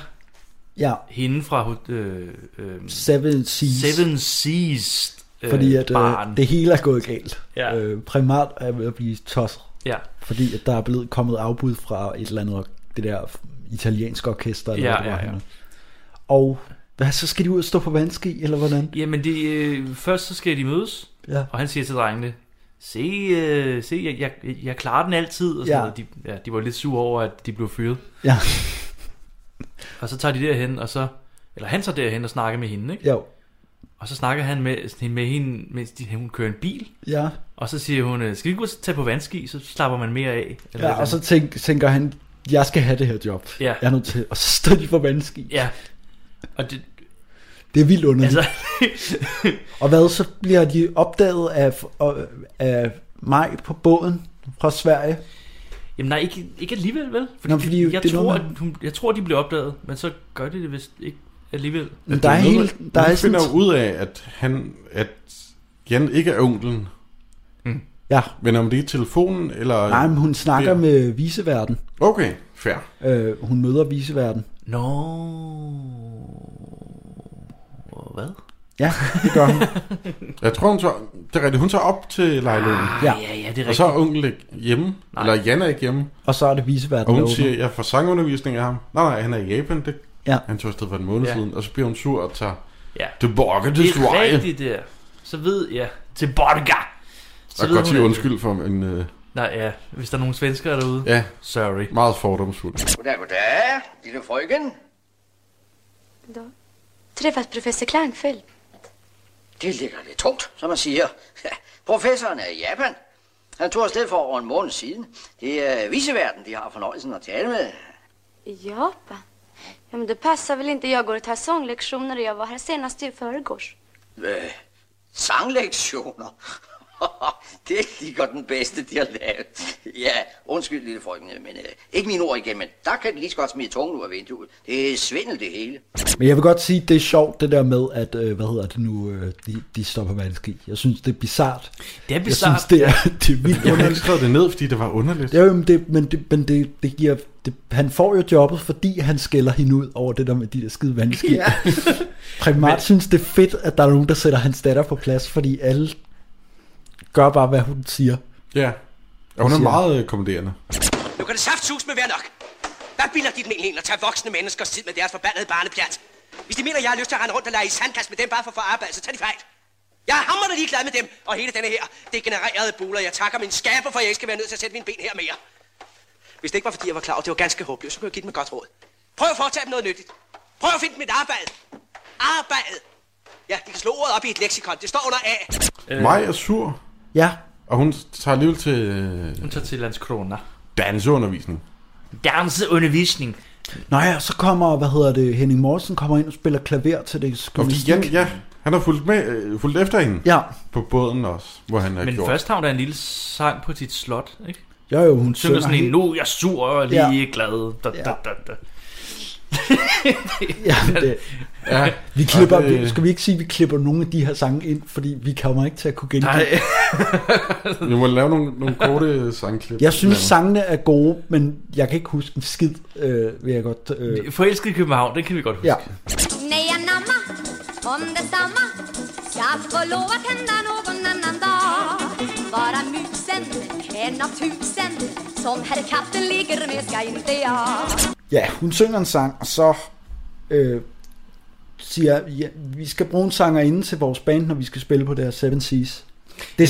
[SPEAKER 3] Ja,
[SPEAKER 2] hende fra øh, øh,
[SPEAKER 3] Seven Seas.
[SPEAKER 2] Seven Seas øh,
[SPEAKER 3] fordi at
[SPEAKER 2] barn.
[SPEAKER 3] øh, det hele er gået galt.
[SPEAKER 2] Ja.
[SPEAKER 3] Øh, primært er ved at blive tosset,
[SPEAKER 2] Ja,
[SPEAKER 3] fordi at der er blevet kommet afbud fra et eller andet, det der italienske orkester. Eller
[SPEAKER 2] Ja,
[SPEAKER 3] hvad det var
[SPEAKER 2] ja, ja.
[SPEAKER 3] henne. Og hvad, så skal de ud og stå på vandski, eller hvordan?
[SPEAKER 2] jamen de, øh, først så skal de mødes,
[SPEAKER 3] Ja.
[SPEAKER 2] og han siger til drengene, se, øh, se jeg, jeg, jeg klarer den altid. Og sådan
[SPEAKER 3] Ja.
[SPEAKER 2] noget. De, ja, de var lidt sure over, at de blev fyret.
[SPEAKER 3] Ja,
[SPEAKER 2] Og så tager de derhen, og så... Eller han tager derhen og snakker med hende, ikke?
[SPEAKER 3] jo.
[SPEAKER 2] Og så snakker han med, med hende, mens de, hun kører en bil.
[SPEAKER 3] Ja,
[SPEAKER 2] Og så siger hun, øh, skal vi ikke gå og tage på vandski, så slapper man mere af. Eller
[SPEAKER 3] ja og så tænk, tænker han, jeg skal have det her job.
[SPEAKER 2] Ja.
[SPEAKER 3] Jeg er nødt til. Og så står de på vandski.
[SPEAKER 2] Ja. Og det,
[SPEAKER 3] Det er vildt underligt.
[SPEAKER 2] altså,
[SPEAKER 3] Og hvad, så bliver de opdaget af, og- af mig på båden fra Sverige?
[SPEAKER 2] jamen nej, ikke, ikke alligevel, vel? Fordi,
[SPEAKER 3] Nå, fordi
[SPEAKER 2] de, jeg,
[SPEAKER 3] det er
[SPEAKER 2] tror,
[SPEAKER 3] noget, man-
[SPEAKER 2] at hun, jeg tror, de bliver opdaget, men så gør de det vist ikke alligevel.
[SPEAKER 3] Men der er, hele, der er
[SPEAKER 4] hun
[SPEAKER 3] sådan...
[SPEAKER 4] finder jo ud af, at, han, at Jan ikke er onklen,
[SPEAKER 3] Ja,
[SPEAKER 4] men om det er telefonen, eller...
[SPEAKER 3] nej, men hun snakker
[SPEAKER 4] Ja.
[SPEAKER 3] med viseverden.
[SPEAKER 4] Okay, fair.
[SPEAKER 3] Øh, hun møder viseverden.
[SPEAKER 2] Nå... Hvad?
[SPEAKER 3] Ja, det gør hun.
[SPEAKER 4] Jeg tror, hun tager, det er rigtigt, hun tager op til lejligheden.
[SPEAKER 3] Ja.
[SPEAKER 2] Ja, ja, det er
[SPEAKER 4] Og så
[SPEAKER 2] rigtigt.
[SPEAKER 4] er onkel ikke hjemme,
[SPEAKER 2] Nej.
[SPEAKER 4] Nej. eller Jan er ikke hjemme,
[SPEAKER 3] Og så er det viseverden,
[SPEAKER 4] og
[SPEAKER 3] der
[SPEAKER 4] hun
[SPEAKER 3] åbner.
[SPEAKER 4] siger, jeg får sangundervisning af ham. Nej, nej, han er i Japan, det
[SPEAKER 3] Ja.
[SPEAKER 4] Han tog afsted for en måned
[SPEAKER 2] Ja.
[SPEAKER 4] ja. siden, og så bliver hun sur og tager
[SPEAKER 2] Ja.
[SPEAKER 4] tilbage
[SPEAKER 2] Det
[SPEAKER 4] til
[SPEAKER 2] er
[SPEAKER 4] Sverige.
[SPEAKER 2] rigtigt der. Så ved jeg. Til Borga.
[SPEAKER 4] Og godt sige undskyld for en øh,
[SPEAKER 2] Nej, ja. Hvis der er nogle svenskere derude.
[SPEAKER 4] ja,
[SPEAKER 2] Sorry.
[SPEAKER 4] meget fordomsfuld.
[SPEAKER 8] Goddag, goddag, lille frøken.
[SPEAKER 6] Då träffat professor Klangfeldt.
[SPEAKER 8] Det ligger lidt tungt, som man siger. Professoren er i Japan. Han tog afsted for over en måned siden. Det er viseverden, de har fornøjelsen at tale med.
[SPEAKER 6] I Japan? Ja, men det passar väl inte. Jag går och tar sånglektioner och jag var här senast i förrgårs.
[SPEAKER 8] Hvad? Sanglektioner? det ligger den bedste, de har lavet. Ja, undskyld, lille frøken, men øh, ikke mine ord igen, men der kan de lige så godt smide tungen ud af vinduet. Det er svindel, det hele.
[SPEAKER 3] Men jeg vil godt sige, det er sjovt det der med, at, øh, hvad hedder det nu, øh, de, de stopper vandski. Jeg synes, det er bizart.
[SPEAKER 2] Det er
[SPEAKER 3] Jeg
[SPEAKER 2] bizart.
[SPEAKER 3] synes, det er, det er vildt
[SPEAKER 4] Jeg har
[SPEAKER 3] underligt.
[SPEAKER 4] ikke skrevet det ned, fordi det var underligt.
[SPEAKER 3] Ja, jo, men det, men, det, men det, det giver, det, han får jo jobbet, fordi han skælder hende ud over det der med de der skide vandski. Ja. Primat synes, det er fedt, at der er nogen, der sætter hans datter på plads, fordi alle gør bare, hvad hun siger.
[SPEAKER 4] Ja. Og hun er
[SPEAKER 3] siger-
[SPEAKER 4] meget øh, kommanderende.
[SPEAKER 11] Nu kan det saftsus med være nok. Hvad bilder de den egentlig ind at tage voksne menneskers tid med deres forbandede barnepjat? Hvis de mener, jeg har lyst til at rende rundt og lege i sandkast med dem bare for at få arbejde, så tager de fejl. Jeg er hammerende ligeglad med dem, og hele denne her degenererede buler. Jeg takker min skaber, for at jeg ikke skal være nødt til at sætte mine ben her mere. Hvis det ikke var, fordi jeg var klar over, at det var ganske håbløst, så kunne jeg give dem et godt råd. Prøv at foretage dem noget nyttigt. Prøv at finde mit arbejde. Arbejde. Ja, de kan slå ordet op i et leksikon. Det står under A.
[SPEAKER 4] Øh. Maj er sur,
[SPEAKER 3] Ja,
[SPEAKER 4] og hun tager alligevel til øh,
[SPEAKER 2] Hun tager til Landskrona.
[SPEAKER 4] danseundervisning.
[SPEAKER 2] Danseundervisning.
[SPEAKER 3] Nå ja, så kommer, hvad hedder det, Henning Mortensen kommer ind og spiller klaver til det
[SPEAKER 4] Og fordi Jan,
[SPEAKER 3] gymnastik.
[SPEAKER 4] ja, han har fulgt, med, øh, fulgt efter hende
[SPEAKER 3] Ja,
[SPEAKER 4] på båden også, hvor han har
[SPEAKER 2] Men
[SPEAKER 4] gjort.
[SPEAKER 2] først har hun da en lille sang på sit slot, ikke?
[SPEAKER 3] jo jo, hun
[SPEAKER 2] Synger sådan en,
[SPEAKER 3] helt-
[SPEAKER 2] nu er jeg sur og
[SPEAKER 3] Ja.
[SPEAKER 2] lige glad. Da, da, da, da.
[SPEAKER 3] Ja, det,
[SPEAKER 4] Ja,
[SPEAKER 3] vi klipper,
[SPEAKER 4] Og det-
[SPEAKER 3] det... skal vi ikke sige, at vi klipper nogle af de her sange ind, fordi vi kommer ikke til at kunne gengive.
[SPEAKER 2] Nej,
[SPEAKER 4] Vi må lave nogle, nogle korte øh, sangklip.
[SPEAKER 3] Jeg synes,
[SPEAKER 4] Men-
[SPEAKER 3] sangene er gode, men jeg kan ikke huske en skid, øh, vil jeg godt... Øh,
[SPEAKER 2] forelsket i København, det kan vi godt huske.
[SPEAKER 3] ja.
[SPEAKER 9] Nej, anamma, om detsamma Ska få lov att hända någon annan dag Vara musen, en av tusen Som herr katten ligger med ska inte jag
[SPEAKER 3] ja, hun synger en sang, og så øh, siger ja, vi skal bruge en sanger inde til vores band, når vi skal spille på det her Seven Seas. Det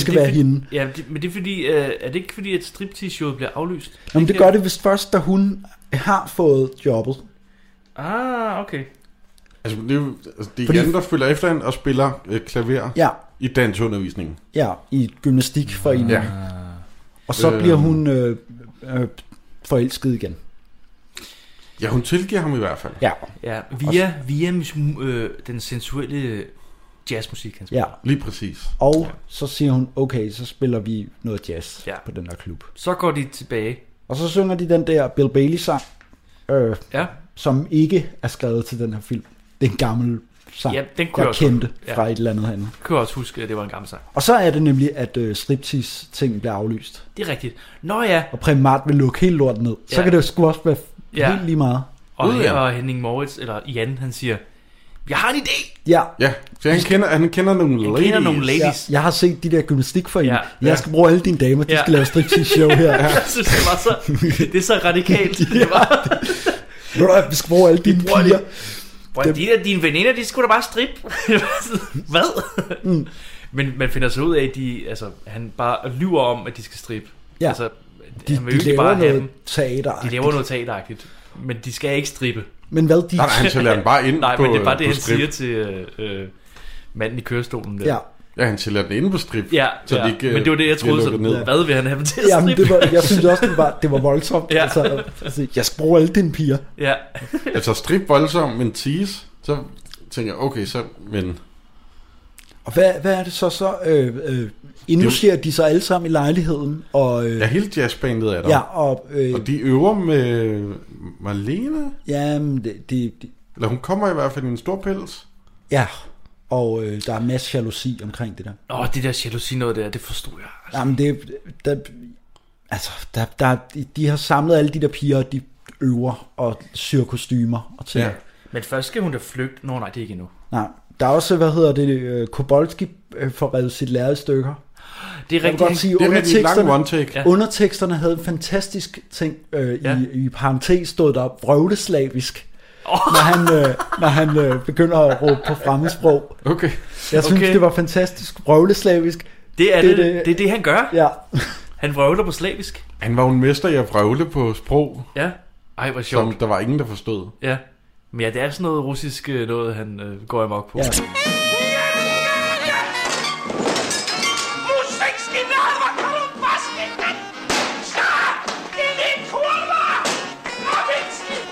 [SPEAKER 2] Det
[SPEAKER 3] skal
[SPEAKER 2] er
[SPEAKER 3] det være
[SPEAKER 2] fordi-
[SPEAKER 3] hende.
[SPEAKER 2] Ja, det, men det er fordi, øh, er det ikke fordi, at striptease-showet bliver aflyst?
[SPEAKER 3] Nå, men det gør det vist først, da hun har fået jobbet.
[SPEAKER 2] Ah, okay.
[SPEAKER 4] Altså, det er, jo- altså, det er
[SPEAKER 3] Fordi-
[SPEAKER 4] Jan, der følger efter hende og spiller øh, klaver
[SPEAKER 3] Ja,
[SPEAKER 4] i danseundervisningen.
[SPEAKER 3] ja i gymnastikforeningen.
[SPEAKER 4] Ja.
[SPEAKER 3] Ja. Og så
[SPEAKER 4] Øh.
[SPEAKER 3] bliver
[SPEAKER 2] Øhm.
[SPEAKER 3] hun øh, øh, forelsket igen.
[SPEAKER 4] Ja, hun tilgiver ham i hvert fald.
[SPEAKER 3] Ja,
[SPEAKER 2] Ja, via, via mus- øh, den sensuelle jazzmusik, han spiller.
[SPEAKER 3] ja.
[SPEAKER 4] Lige præcis.
[SPEAKER 3] Og så siger hun, okay, så spiller vi noget jazz
[SPEAKER 2] Ja.
[SPEAKER 3] ja. på den der klub.
[SPEAKER 2] Så går de tilbage.
[SPEAKER 3] Og så synger de den der Bill Bailey-sang, øh,
[SPEAKER 2] Ja,
[SPEAKER 3] som ikke er skrevet til den her film. Det er en gammel sang,
[SPEAKER 2] Ja, den kunne jeg
[SPEAKER 3] jeg
[SPEAKER 2] også
[SPEAKER 3] kendte
[SPEAKER 2] godt- ja.
[SPEAKER 3] ja. fra et eller andet andet.
[SPEAKER 2] kan jeg også huske, at det var en gammel sang.
[SPEAKER 3] Og så er det nemlig, at øh, striptease-ting bliver aflyst.
[SPEAKER 2] Det er rigtigt. Nå ja,
[SPEAKER 3] Og Primart vil lukke helt lortet ned. Så
[SPEAKER 2] Ja.
[SPEAKER 3] kan det jo sgu også være
[SPEAKER 2] Ja.
[SPEAKER 3] ja. helt lige meget.
[SPEAKER 2] og,
[SPEAKER 4] Ud, ja.
[SPEAKER 2] og Henning Moritz, eller Jan, han siger, jeg har en idé!
[SPEAKER 3] Ja,
[SPEAKER 4] Ja, så han kender, han kender nogle
[SPEAKER 2] Han
[SPEAKER 4] ladies.
[SPEAKER 2] kender nogle
[SPEAKER 3] ja.
[SPEAKER 2] ladies. Ja.
[SPEAKER 3] jeg har set de der gymnastikforeninger.
[SPEAKER 2] Ja.
[SPEAKER 3] Ja. Jeg skal bruge alle dine damer, de
[SPEAKER 2] Ja.
[SPEAKER 3] ja. skal lave striptease-show her. ja.
[SPEAKER 2] Jeg synes, det var så, det er så radikalt. Det var,
[SPEAKER 3] Ved du hvad, vi skal bruge alle dine
[SPEAKER 2] bruger
[SPEAKER 3] piger.
[SPEAKER 2] Bro, de der dine veninder, de skulle da bare strip. Hvad? Mm. Men man finder så ud af, at de, altså, han bare lyver om, at de skal strip.
[SPEAKER 3] Ja.
[SPEAKER 2] Altså,
[SPEAKER 3] De,
[SPEAKER 2] han vil
[SPEAKER 3] de
[SPEAKER 2] jo ikke bare
[SPEAKER 3] laver
[SPEAKER 2] have
[SPEAKER 3] noget
[SPEAKER 2] dem.
[SPEAKER 3] teater.
[SPEAKER 2] De laver noget teateragtigt, men de skal ikke strippe.
[SPEAKER 3] Men hvad de...
[SPEAKER 4] Nej, nej, han tæller den bare ind
[SPEAKER 2] Nej,
[SPEAKER 4] på,
[SPEAKER 2] men det er bare
[SPEAKER 4] øh,
[SPEAKER 2] det,
[SPEAKER 4] på
[SPEAKER 2] han
[SPEAKER 4] strip.
[SPEAKER 2] siger til øh, øh, manden i kørestolen. Der.
[SPEAKER 3] Ja.
[SPEAKER 4] Ja, han tæller den inde på strip.
[SPEAKER 2] Ja,
[SPEAKER 4] så
[SPEAKER 2] ja.
[SPEAKER 4] det ikke, øh,
[SPEAKER 2] men det var det, jeg
[SPEAKER 4] bliver
[SPEAKER 2] troede. Så,
[SPEAKER 4] lukket ned.
[SPEAKER 2] hvad vil han have dem til at
[SPEAKER 3] Jamen,
[SPEAKER 2] strippe?
[SPEAKER 3] det var, jeg synes også, det var, det var voldsomt.
[SPEAKER 2] Ja.
[SPEAKER 3] ja. altså, altså, jeg skal bruge alle dine piger.
[SPEAKER 2] Ja.
[SPEAKER 4] Altså strip voldsomt, men tease, så tænker jeg, okay, så, men...
[SPEAKER 3] Og hvad, hvad er det så så? Øh, øh, indlogerer de så alle sammen i lejligheden? Og, øh,
[SPEAKER 4] Ja,
[SPEAKER 3] ja.
[SPEAKER 4] hele jazzbandet er der.
[SPEAKER 3] ja, og, øh,
[SPEAKER 4] Og de øver med Marlene,
[SPEAKER 3] jamen, det, det, det,
[SPEAKER 4] eller hun kommer i hvert fald i en stor pels.
[SPEAKER 3] ja. og øh, der er masser jalousi omkring det der.
[SPEAKER 2] Åh, det der jalousi noget der, det forstod jeg. Altså,
[SPEAKER 3] Jamen, det, der, altså, der, der, de, de har samlet alle de der piger, og de øver og syr kostymer og til.
[SPEAKER 4] Ja.
[SPEAKER 3] Ja.
[SPEAKER 2] Men først skal hun da flygte. Nå nej, det er ikke endnu.
[SPEAKER 3] Nej, der er også, hvad hedder det, øh, Kobolski øh, får revet sit lærred i stykker.
[SPEAKER 2] Det er
[SPEAKER 3] Jeg vil
[SPEAKER 2] rigtigt.
[SPEAKER 3] godt sige,
[SPEAKER 4] Det er rigtig lang
[SPEAKER 3] underteksterne,
[SPEAKER 4] one take.
[SPEAKER 2] Ja.
[SPEAKER 4] Ja.
[SPEAKER 3] underteksterne havde en fantastisk ting. Øh,
[SPEAKER 2] Ja.
[SPEAKER 3] ja. i, I parentes stod der vrøvleslavisk. når han, øh, når han øh, begynder at råbe på fremmedsprog.
[SPEAKER 4] Okay.
[SPEAKER 3] Jeg synes,
[SPEAKER 2] Okay.
[SPEAKER 3] det var fantastisk røvleslavisk.
[SPEAKER 2] Det er det, det, det, er det han gør.
[SPEAKER 3] Ja.
[SPEAKER 2] Han vrøvler på slavisk.
[SPEAKER 4] Han var jo en mester i at vrøvle på sprog.
[SPEAKER 2] Ja. Ej, hvor sjovt.
[SPEAKER 4] Som der var ingen, der forstod.
[SPEAKER 2] Ja. Men ja, det er sådan noget russisk øh, noget, han øh, går amok på.
[SPEAKER 4] Ja.
[SPEAKER 7] Musikskinaler, kan du vaske den? Stop! Lille kurva! Kom ind, skid!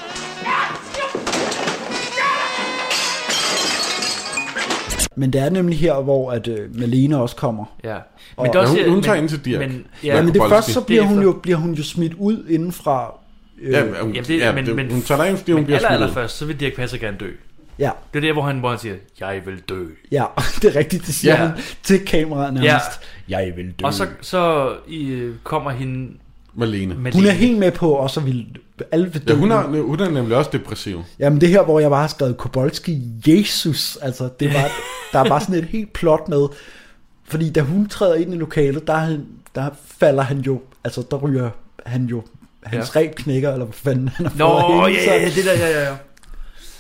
[SPEAKER 3] Men det er nemlig her, hvor at øh, Malene også kommer.
[SPEAKER 2] Ja.
[SPEAKER 4] Men det er også Ja, hun- her- hun tager men- ind til Dirk.
[SPEAKER 3] Men,
[SPEAKER 4] men-
[SPEAKER 3] ja,
[SPEAKER 4] ja.
[SPEAKER 3] ja, men det
[SPEAKER 4] Jakob
[SPEAKER 3] først så
[SPEAKER 4] Olsen.
[SPEAKER 3] bliver hun,
[SPEAKER 4] Derefter.
[SPEAKER 3] jo, bliver hun jo smidt ud indenfra. Øh,
[SPEAKER 4] Ja, men hun- Jamen, det- ja, men- det- men- hun tager derind, fordi hun
[SPEAKER 2] men
[SPEAKER 4] bliver
[SPEAKER 2] aller,
[SPEAKER 4] smidt ud.
[SPEAKER 2] aller først, så vil Dirk Passer gerne dø.
[SPEAKER 3] Ja.
[SPEAKER 2] Det er der, hvor han, hvor han siger, jeg vil dø.
[SPEAKER 3] ja, det er rigtigt, det siger
[SPEAKER 2] Ja.
[SPEAKER 3] ja. hun til kameraet nærmest. Ja. Jeg vil dø.
[SPEAKER 2] Og så, så I, øh, kommer hende...
[SPEAKER 4] Malene.
[SPEAKER 3] Hun er helt med på også at ville alle vil dø.
[SPEAKER 4] Ja, hun er, hun er nemlig også depressiv.
[SPEAKER 3] Jamen det her, hvor jeg bare har skrevet Kobolski Jesus, altså det var, der var sådan et helt plot med, fordi da hun træder ind i lokalet, der, er han, der falder han jo, altså der ryger han jo, hans ja.
[SPEAKER 2] Ja.
[SPEAKER 3] reb knækker, eller hvad fanden han har
[SPEAKER 2] Nå,
[SPEAKER 3] fået hængt
[SPEAKER 2] ja,
[SPEAKER 3] sig.
[SPEAKER 2] ja, ja, det der, ja, ja, ja.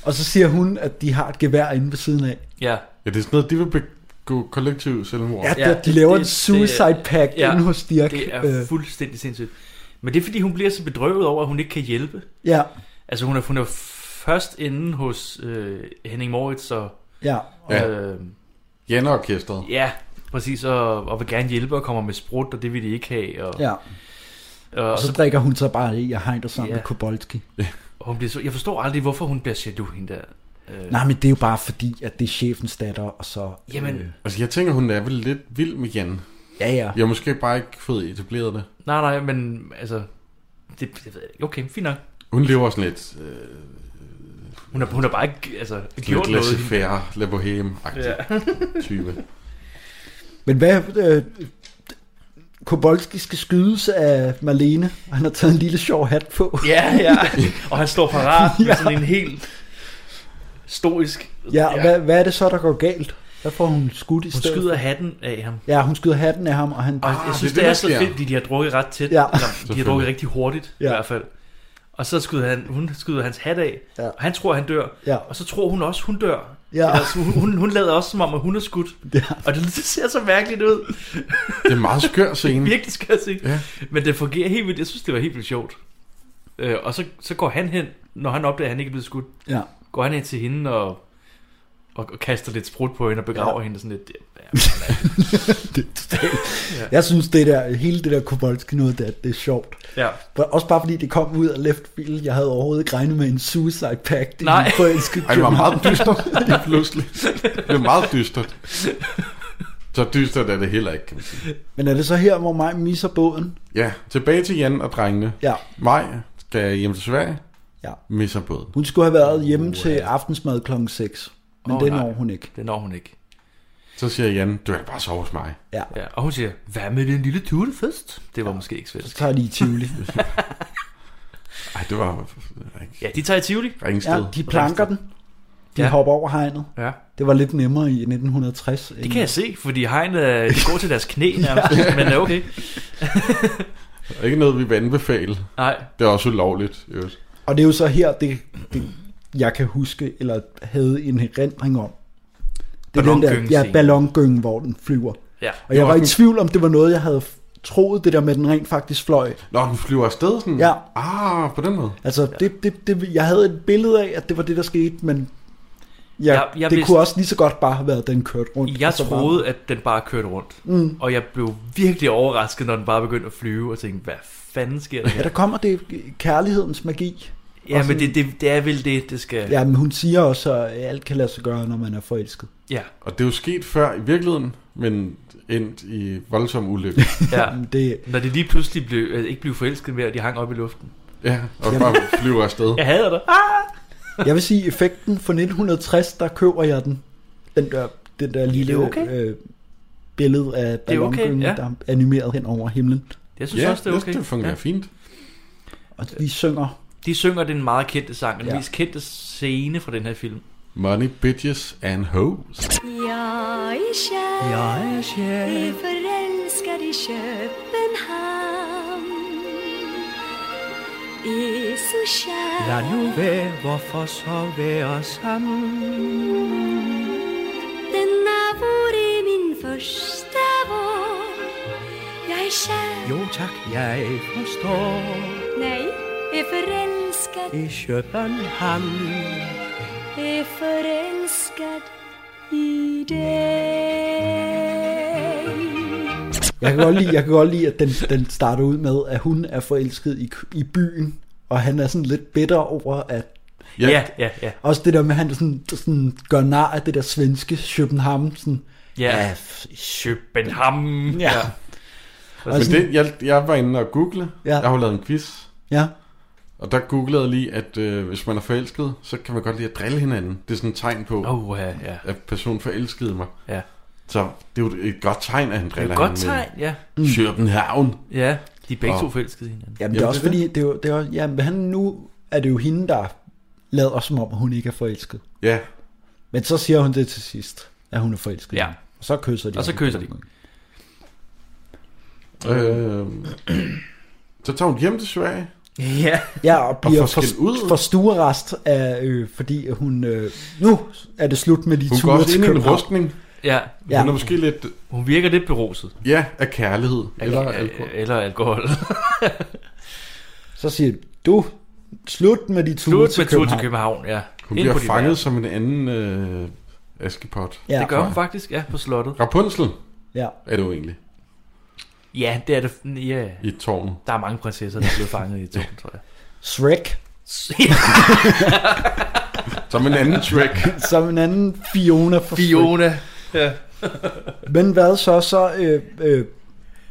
[SPEAKER 3] Og så siger hun, at de har et gevær inde ved siden af.
[SPEAKER 2] Ja.
[SPEAKER 4] Ja, det er sådan noget, de vil begå kollektiv selvmord.
[SPEAKER 3] Ja, ja, de laver en suicide pact inde hos Dirk.
[SPEAKER 2] Det
[SPEAKER 3] Øh,
[SPEAKER 2] er fuldstændig sindssygt. Men det er, fordi hun bliver så bedrøvet over, at hun ikke kan hjælpe.
[SPEAKER 3] Ja.
[SPEAKER 2] Altså, hun er, hun er først inde hos øh, Henning Moritz og...
[SPEAKER 3] Ja.
[SPEAKER 4] Ja.
[SPEAKER 2] Øh,
[SPEAKER 4] Janne-orkestret.
[SPEAKER 2] ja, præcis, og, og vil gerne hjælpe og kommer med sprut, og det vil de ikke have. Og,
[SPEAKER 3] Ja.
[SPEAKER 2] Og,
[SPEAKER 3] og så drikker hun så bare i, jeg hegner sammen
[SPEAKER 2] Ja.
[SPEAKER 3] med Kobolski.
[SPEAKER 2] og hun bliver så, jeg forstår aldrig, hvorfor hun bliver jaloux, hende der. Øh,
[SPEAKER 3] Nej, men det er jo bare fordi, at det er chefens datter, og så... øh,
[SPEAKER 2] Jamen-
[SPEAKER 4] Altså, jeg tænker, hun er vel lidt vild med Jan.
[SPEAKER 3] Ja, ja.
[SPEAKER 4] Jeg har måske bare ikke fået etableret det.
[SPEAKER 2] Nej, nej, men altså... Det, det ved jeg ikke. Okay, fint nok.
[SPEAKER 4] Hun lever sådan lidt... Øh,
[SPEAKER 2] Hun har, hun har bare ikke altså, gjort
[SPEAKER 4] lidt
[SPEAKER 2] noget.
[SPEAKER 4] laissez-faire, la bohème-agtig
[SPEAKER 2] Ja.
[SPEAKER 4] ja. type.
[SPEAKER 3] Men hvad... Øh, Kobolski skal skydes af Marlene, og han har taget en lille sjov hat på.
[SPEAKER 2] Ja, ja. Og han står parat ja. med sådan en helt stoisk...
[SPEAKER 3] ja, og hvad, hvad er det så, der går galt? Hvad får hun skudt i
[SPEAKER 2] Hun
[SPEAKER 3] stedet?
[SPEAKER 2] skyder Ah. hatten af ham.
[SPEAKER 3] Ja, hun skyder hatten af ham, og han...
[SPEAKER 2] Og jeg synes, det, det er så fedt, fordi de har drukket ret tæt.
[SPEAKER 3] Ja.
[SPEAKER 2] Eller, de har drukket rigtig hurtigt, ja.
[SPEAKER 3] Ja.
[SPEAKER 2] i hvert fald. Og så skyder han, hun skyder hans hat af,
[SPEAKER 3] ja.
[SPEAKER 2] og han tror, han dør.
[SPEAKER 3] Ja.
[SPEAKER 2] Og så tror hun også, hun dør.
[SPEAKER 3] Ja.
[SPEAKER 2] Eller, så hun, hun, hun lader også som om, at hun er skudt.
[SPEAKER 3] Ja.
[SPEAKER 2] Og det, det ser så mærkeligt ud.
[SPEAKER 4] Det er en meget skør scene.
[SPEAKER 2] Virkelig skør scene.
[SPEAKER 4] Ja.
[SPEAKER 2] Men det fungerer helt vildt. Jeg synes, det var helt vildt sjovt. Øh, og så, så går han hen, når han opdager, at han ikke er blevet skudt.
[SPEAKER 3] Ja.
[SPEAKER 2] Går han hen til hende og, og, og kaster lidt sprut på hende og begraver ja. hende sådan lidt. Ja,
[SPEAKER 3] det er totalt. Ja. Jeg synes, det der, hele det der Kobolski noget, der, det er sjovt.
[SPEAKER 2] Ja.
[SPEAKER 3] For- Også bare fordi det kom ud af left field. Jeg havde overhovedet ikke regnet med en suicide pact i
[SPEAKER 2] Nej.
[SPEAKER 3] den forelskede
[SPEAKER 4] Ej, det var meget
[SPEAKER 3] København.
[SPEAKER 4] dystert lige pludselig. Det blev meget dystert. Så dystert er det heller ikke, kan man sige.
[SPEAKER 3] Men er det så her, hvor mig misser båden?
[SPEAKER 4] Ja, tilbage til Jan og drengene.
[SPEAKER 3] Ja.
[SPEAKER 4] Maj skal hjem til Sverige.
[SPEAKER 3] Ja.
[SPEAKER 4] Misser båden.
[SPEAKER 3] Hun skulle have været hjemme til aftensmad klokken 6. Men
[SPEAKER 2] Åh,
[SPEAKER 3] det
[SPEAKER 2] nej.
[SPEAKER 3] når hun ikke.
[SPEAKER 2] Det når hun ikke.
[SPEAKER 4] Så siger Jan, du kan bare sove hos mig.
[SPEAKER 3] Ja.
[SPEAKER 2] ja. Og hun siger, hvad med den lille tuttefest? Det var ja. måske ikke
[SPEAKER 3] Så
[SPEAKER 2] svensk.
[SPEAKER 3] tager de i Tivoli.
[SPEAKER 4] Ej, det var...
[SPEAKER 2] Ja, de tager i Tivoli.
[SPEAKER 4] Ringsted.
[SPEAKER 3] ja, de planker den. De
[SPEAKER 2] Ja.
[SPEAKER 3] ja. hopper over hegnet.
[SPEAKER 2] Ja.
[SPEAKER 3] Det var lidt nemmere i 1960.
[SPEAKER 2] Det kan jeg se, fordi hegnet er- de går til deres knæ nærmest, ja. men er okay.
[SPEAKER 4] Det er ikke noget, vi vil anbefale.
[SPEAKER 2] Nej.
[SPEAKER 4] Det er også ulovligt. i øvrigt.
[SPEAKER 3] Og det er jo så her, det, det jeg kan huske, eller havde en erindring om. Det er den der
[SPEAKER 2] Ballongyngen
[SPEAKER 3] ja,
[SPEAKER 2] scene.
[SPEAKER 3] ballongyngen, hvor den flyver.
[SPEAKER 2] Ja.
[SPEAKER 3] Og jeg
[SPEAKER 4] Det
[SPEAKER 3] var
[SPEAKER 4] var
[SPEAKER 3] i
[SPEAKER 4] også
[SPEAKER 3] tvivl om, det var noget, jeg havde f- troet, det der med, at den rent faktisk fløj.
[SPEAKER 4] Nå, den flyver afsted sådan?
[SPEAKER 3] Ja.
[SPEAKER 4] Ah, på den måde.
[SPEAKER 3] Altså, det, det, det, jeg havde et billede af, at det var det, der skete, men ja,
[SPEAKER 2] Jeg- jeg
[SPEAKER 3] det
[SPEAKER 2] vidste-
[SPEAKER 3] kunne også lige så godt bare have været, at den kørte rundt.
[SPEAKER 2] Jeg
[SPEAKER 3] og så var-
[SPEAKER 2] troede, at den bare kørte rundt.
[SPEAKER 3] Mm.
[SPEAKER 2] Og jeg blev virkelig overrasket, når den bare begyndte at flyve, og tænkte, hvad fanden sker der
[SPEAKER 3] Ja,
[SPEAKER 2] her?
[SPEAKER 3] der kommer det kærlighedens magi.
[SPEAKER 2] Ja,
[SPEAKER 3] Og
[SPEAKER 2] men
[SPEAKER 3] sådan-
[SPEAKER 2] det, det, det er vel det, det skal...
[SPEAKER 3] Ja, men hun siger også, at alt kan lade sig gøre, når man er forelsket.
[SPEAKER 2] Ja.
[SPEAKER 4] Og det er jo sket før i virkeligheden, men endt i voldsom ulykke.
[SPEAKER 2] ja.
[SPEAKER 3] det...
[SPEAKER 2] Når de lige pludselig blev, øh, ikke blev forelsket mere, og de hang op i luften.
[SPEAKER 4] Ja, og bare flyver afsted.
[SPEAKER 2] Jeg hader det. Ah!
[SPEAKER 3] Jeg vil sige, effekten fra 1960, der køber jeg den. Den der, den der lille
[SPEAKER 2] okay.
[SPEAKER 3] øh, billede af
[SPEAKER 2] er okay,
[SPEAKER 3] ballongyngen, okay,
[SPEAKER 2] ja.
[SPEAKER 3] ja. der er animeret hen over himlen.
[SPEAKER 2] Jeg synes
[SPEAKER 4] Ja,
[SPEAKER 2] også, det er
[SPEAKER 4] jeg
[SPEAKER 2] okay.
[SPEAKER 4] synes, det fungerer fint.
[SPEAKER 3] Og de synger.
[SPEAKER 2] De synger den meget kendte sang, den
[SPEAKER 4] Ja.
[SPEAKER 2] mest kendte scene fra den her film.
[SPEAKER 4] Money, bitches and hoes.
[SPEAKER 9] Jag är kär,
[SPEAKER 4] Jag är kär.
[SPEAKER 9] är förälskad i Köpenhamn. I er så kær
[SPEAKER 12] Lad nu være, hvorfor så være sammen?
[SPEAKER 9] Denne vår er min første vår Jeg er kær
[SPEAKER 12] Jo tak, jeg forstår
[SPEAKER 9] Nej, jeg er forelsket
[SPEAKER 12] Ikke Bornholm
[SPEAKER 9] Jeg er forelsket i dig
[SPEAKER 3] Jeg kan godt lide, jeg kan godt lide at den, den starter ud med, at hun er forelsket i, i byen, og han er sådan lidt bitter over, at
[SPEAKER 2] Ja, ja, ja. ja.
[SPEAKER 3] Også det der med, at han sådan, sådan gør nar af det der svenske København. Sådan,
[SPEAKER 2] Ja, København.
[SPEAKER 3] Ja.
[SPEAKER 4] Men det, jeg, jeg var inde og google.
[SPEAKER 3] Ja.
[SPEAKER 4] Ja. Jeg har jo lavet en quiz.
[SPEAKER 3] Ja.
[SPEAKER 4] Og der googlede jeg lige, at øh, hvis man er forelsket, så kan man godt lide at drille hinanden. Det er sådan et tegn på,
[SPEAKER 2] oh, ja, ja.
[SPEAKER 4] at personen forelskede mig.
[SPEAKER 2] Ja.
[SPEAKER 4] Så det er jo et godt tegn, at han
[SPEAKER 2] Det er
[SPEAKER 4] driller
[SPEAKER 2] et godt
[SPEAKER 4] hinanden.
[SPEAKER 2] tegn, ja.
[SPEAKER 4] Mm. København.
[SPEAKER 2] Ja, de er begge
[SPEAKER 4] Og-
[SPEAKER 2] to forelskede i hinanden.
[SPEAKER 3] Jamen, det er også fordi, det er, jo- det er, også- jamen, han, nu er det jo hende, der lader som om, at hun ikke er forelsket.
[SPEAKER 4] Ja.
[SPEAKER 3] Men så siger hun det til sidst, at hun er forelsket.
[SPEAKER 2] Ja.
[SPEAKER 3] Og så kysser de.
[SPEAKER 2] Og så
[SPEAKER 3] om.
[SPEAKER 2] kysser de. Mm.
[SPEAKER 4] Øh, så tager hun hjem til Sverige.
[SPEAKER 2] Ja.
[SPEAKER 3] Ja, og bliver
[SPEAKER 4] får
[SPEAKER 3] og for,
[SPEAKER 4] skældt ud.
[SPEAKER 3] for stuerest af, øh, fordi hun, øh, nu er det slut med de
[SPEAKER 4] Hun går
[SPEAKER 3] ture
[SPEAKER 4] også
[SPEAKER 3] til
[SPEAKER 4] ind i en
[SPEAKER 3] København.
[SPEAKER 4] rustning.
[SPEAKER 2] Ja.
[SPEAKER 3] Ja.
[SPEAKER 4] Hun er måske lidt...
[SPEAKER 2] Hun virker lidt beruset.
[SPEAKER 4] Ja, af kærlighed. Eller
[SPEAKER 2] Eller alkohol. Eller alkohol.
[SPEAKER 3] Så siger du, slut med de ture
[SPEAKER 2] Slut
[SPEAKER 3] til
[SPEAKER 2] med tur til
[SPEAKER 3] København.
[SPEAKER 2] København, ja.
[SPEAKER 4] Hun
[SPEAKER 2] Ind
[SPEAKER 4] bliver
[SPEAKER 2] på de
[SPEAKER 4] fanget
[SPEAKER 2] værelser.
[SPEAKER 4] som en anden øh, askepot.
[SPEAKER 3] Ja.
[SPEAKER 2] Det gør hun faktisk, ja, på slottet.
[SPEAKER 4] Rapunzel
[SPEAKER 3] Ja.
[SPEAKER 4] er det jo egentlig.
[SPEAKER 2] Ja, det er det. Ja.
[SPEAKER 4] I tårnet.
[SPEAKER 2] Der er mange prinsesser, der er blevet fanget i et tårn, tror jeg.
[SPEAKER 3] Shrek.
[SPEAKER 4] Som en anden Shrek.
[SPEAKER 3] Som en anden Fiona fra Shrek.
[SPEAKER 2] Fiona. Ja.
[SPEAKER 3] Men hvad så, så øh, øh,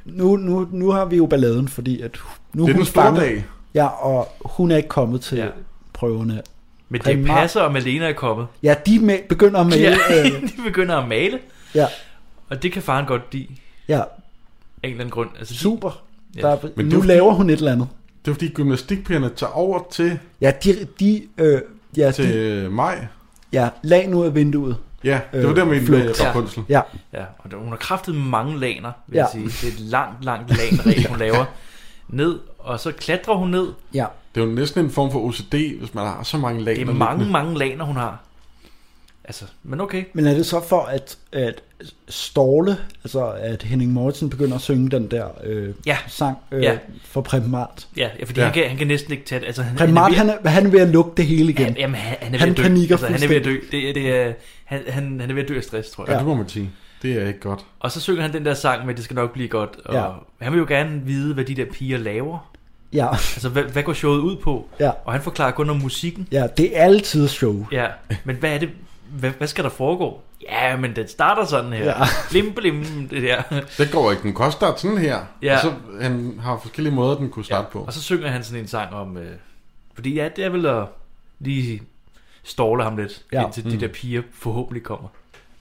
[SPEAKER 3] nu, nu, nu har vi jo balladen, fordi at nu
[SPEAKER 4] Det er
[SPEAKER 3] hun
[SPEAKER 4] den store
[SPEAKER 3] fanget-
[SPEAKER 4] dag.
[SPEAKER 3] Ja, og hun er ikke kommet til ja. prøverne.
[SPEAKER 2] Men det
[SPEAKER 3] Prima-
[SPEAKER 2] passer, og Malena er kommet.
[SPEAKER 3] Ja, de med, begynder med...
[SPEAKER 2] Ja,
[SPEAKER 3] Ja. Øh,
[SPEAKER 2] de begynder at male,
[SPEAKER 3] ja,
[SPEAKER 2] og det kan faren godt lide.
[SPEAKER 3] ja,
[SPEAKER 2] Af en eller anden grund. Altså, de-
[SPEAKER 3] super.
[SPEAKER 2] Ja.
[SPEAKER 3] Der,
[SPEAKER 4] Men
[SPEAKER 3] nu
[SPEAKER 4] det er fordi-
[SPEAKER 3] laver hun et eller andet.
[SPEAKER 4] Det er fordi gymnastikpigerne tager over til,
[SPEAKER 3] Ja, de, de, øh, ja,
[SPEAKER 4] til
[SPEAKER 3] de
[SPEAKER 4] øh, maj.
[SPEAKER 3] ja, lag nu af vinduet.
[SPEAKER 4] Ja, det var
[SPEAKER 3] Øh,
[SPEAKER 4] der med,
[SPEAKER 3] flugt.
[SPEAKER 4] med Rapunzel.
[SPEAKER 3] Ja,
[SPEAKER 2] Ja, og der, hun har kraftet mange laner, vil ja.
[SPEAKER 3] Ja.
[SPEAKER 2] jeg sige. Det er et langt, langt lanræb, hun laver. Ned, og så klatrer hun ned.
[SPEAKER 3] ja.
[SPEAKER 4] Det er jo næsten en form for OCD, hvis man har så mange lag.
[SPEAKER 2] Det er mange, mange laner, hun har. Altså, men okay.
[SPEAKER 3] Men er det så for at, at Storle, altså at Henning Mortensen begynder at synge den der øh,
[SPEAKER 2] Ja.
[SPEAKER 3] sang øh,
[SPEAKER 2] Ja.
[SPEAKER 3] for Prem Mart?
[SPEAKER 2] Ja, ja fordi ja.
[SPEAKER 4] Ja.
[SPEAKER 2] Han, kan, han kan næsten ikke tage det. Altså, han,
[SPEAKER 3] Prem
[SPEAKER 2] han er
[SPEAKER 3] Mart,
[SPEAKER 2] ved-
[SPEAKER 3] han er, han er ved at lukke det hele igen.
[SPEAKER 2] Ja, jamen, han, han er ved
[SPEAKER 3] Han
[SPEAKER 2] at dø.
[SPEAKER 3] panikker
[SPEAKER 2] altså, han er ved at dø. Det, er- det er, han, han, han er ved at dø af stress, tror jeg.
[SPEAKER 4] Ja, det må man sige. Det er ikke godt.
[SPEAKER 2] Og så synger han den der sang med, det skal nok blive godt. Og
[SPEAKER 3] Ja.
[SPEAKER 2] Han vil jo gerne vide, hvad de der piger laver.
[SPEAKER 3] Ja,
[SPEAKER 2] Altså, hvad, hvad går showet ud på?
[SPEAKER 3] Ja.
[SPEAKER 2] Og han forklarer kun om musikken.
[SPEAKER 3] ja, det er altid show.
[SPEAKER 2] Ja, men hvad er det? Hvad, hvad skal der foregå? Ja, men den starter sådan her.
[SPEAKER 3] Ja.
[SPEAKER 2] Blim, blim, det der.
[SPEAKER 4] Det går ikke. Den kan også starte sådan her.
[SPEAKER 2] Ja.
[SPEAKER 4] Ja. Og så han har forskellige måder, den kunne starte ja. på.
[SPEAKER 2] Og så synger han sådan en sang om... Øh, fordi ja, det er vel at lige ståle ham lidt, ja.
[SPEAKER 3] Ja.
[SPEAKER 2] indtil mm. de der piger forhåbentlig kommer.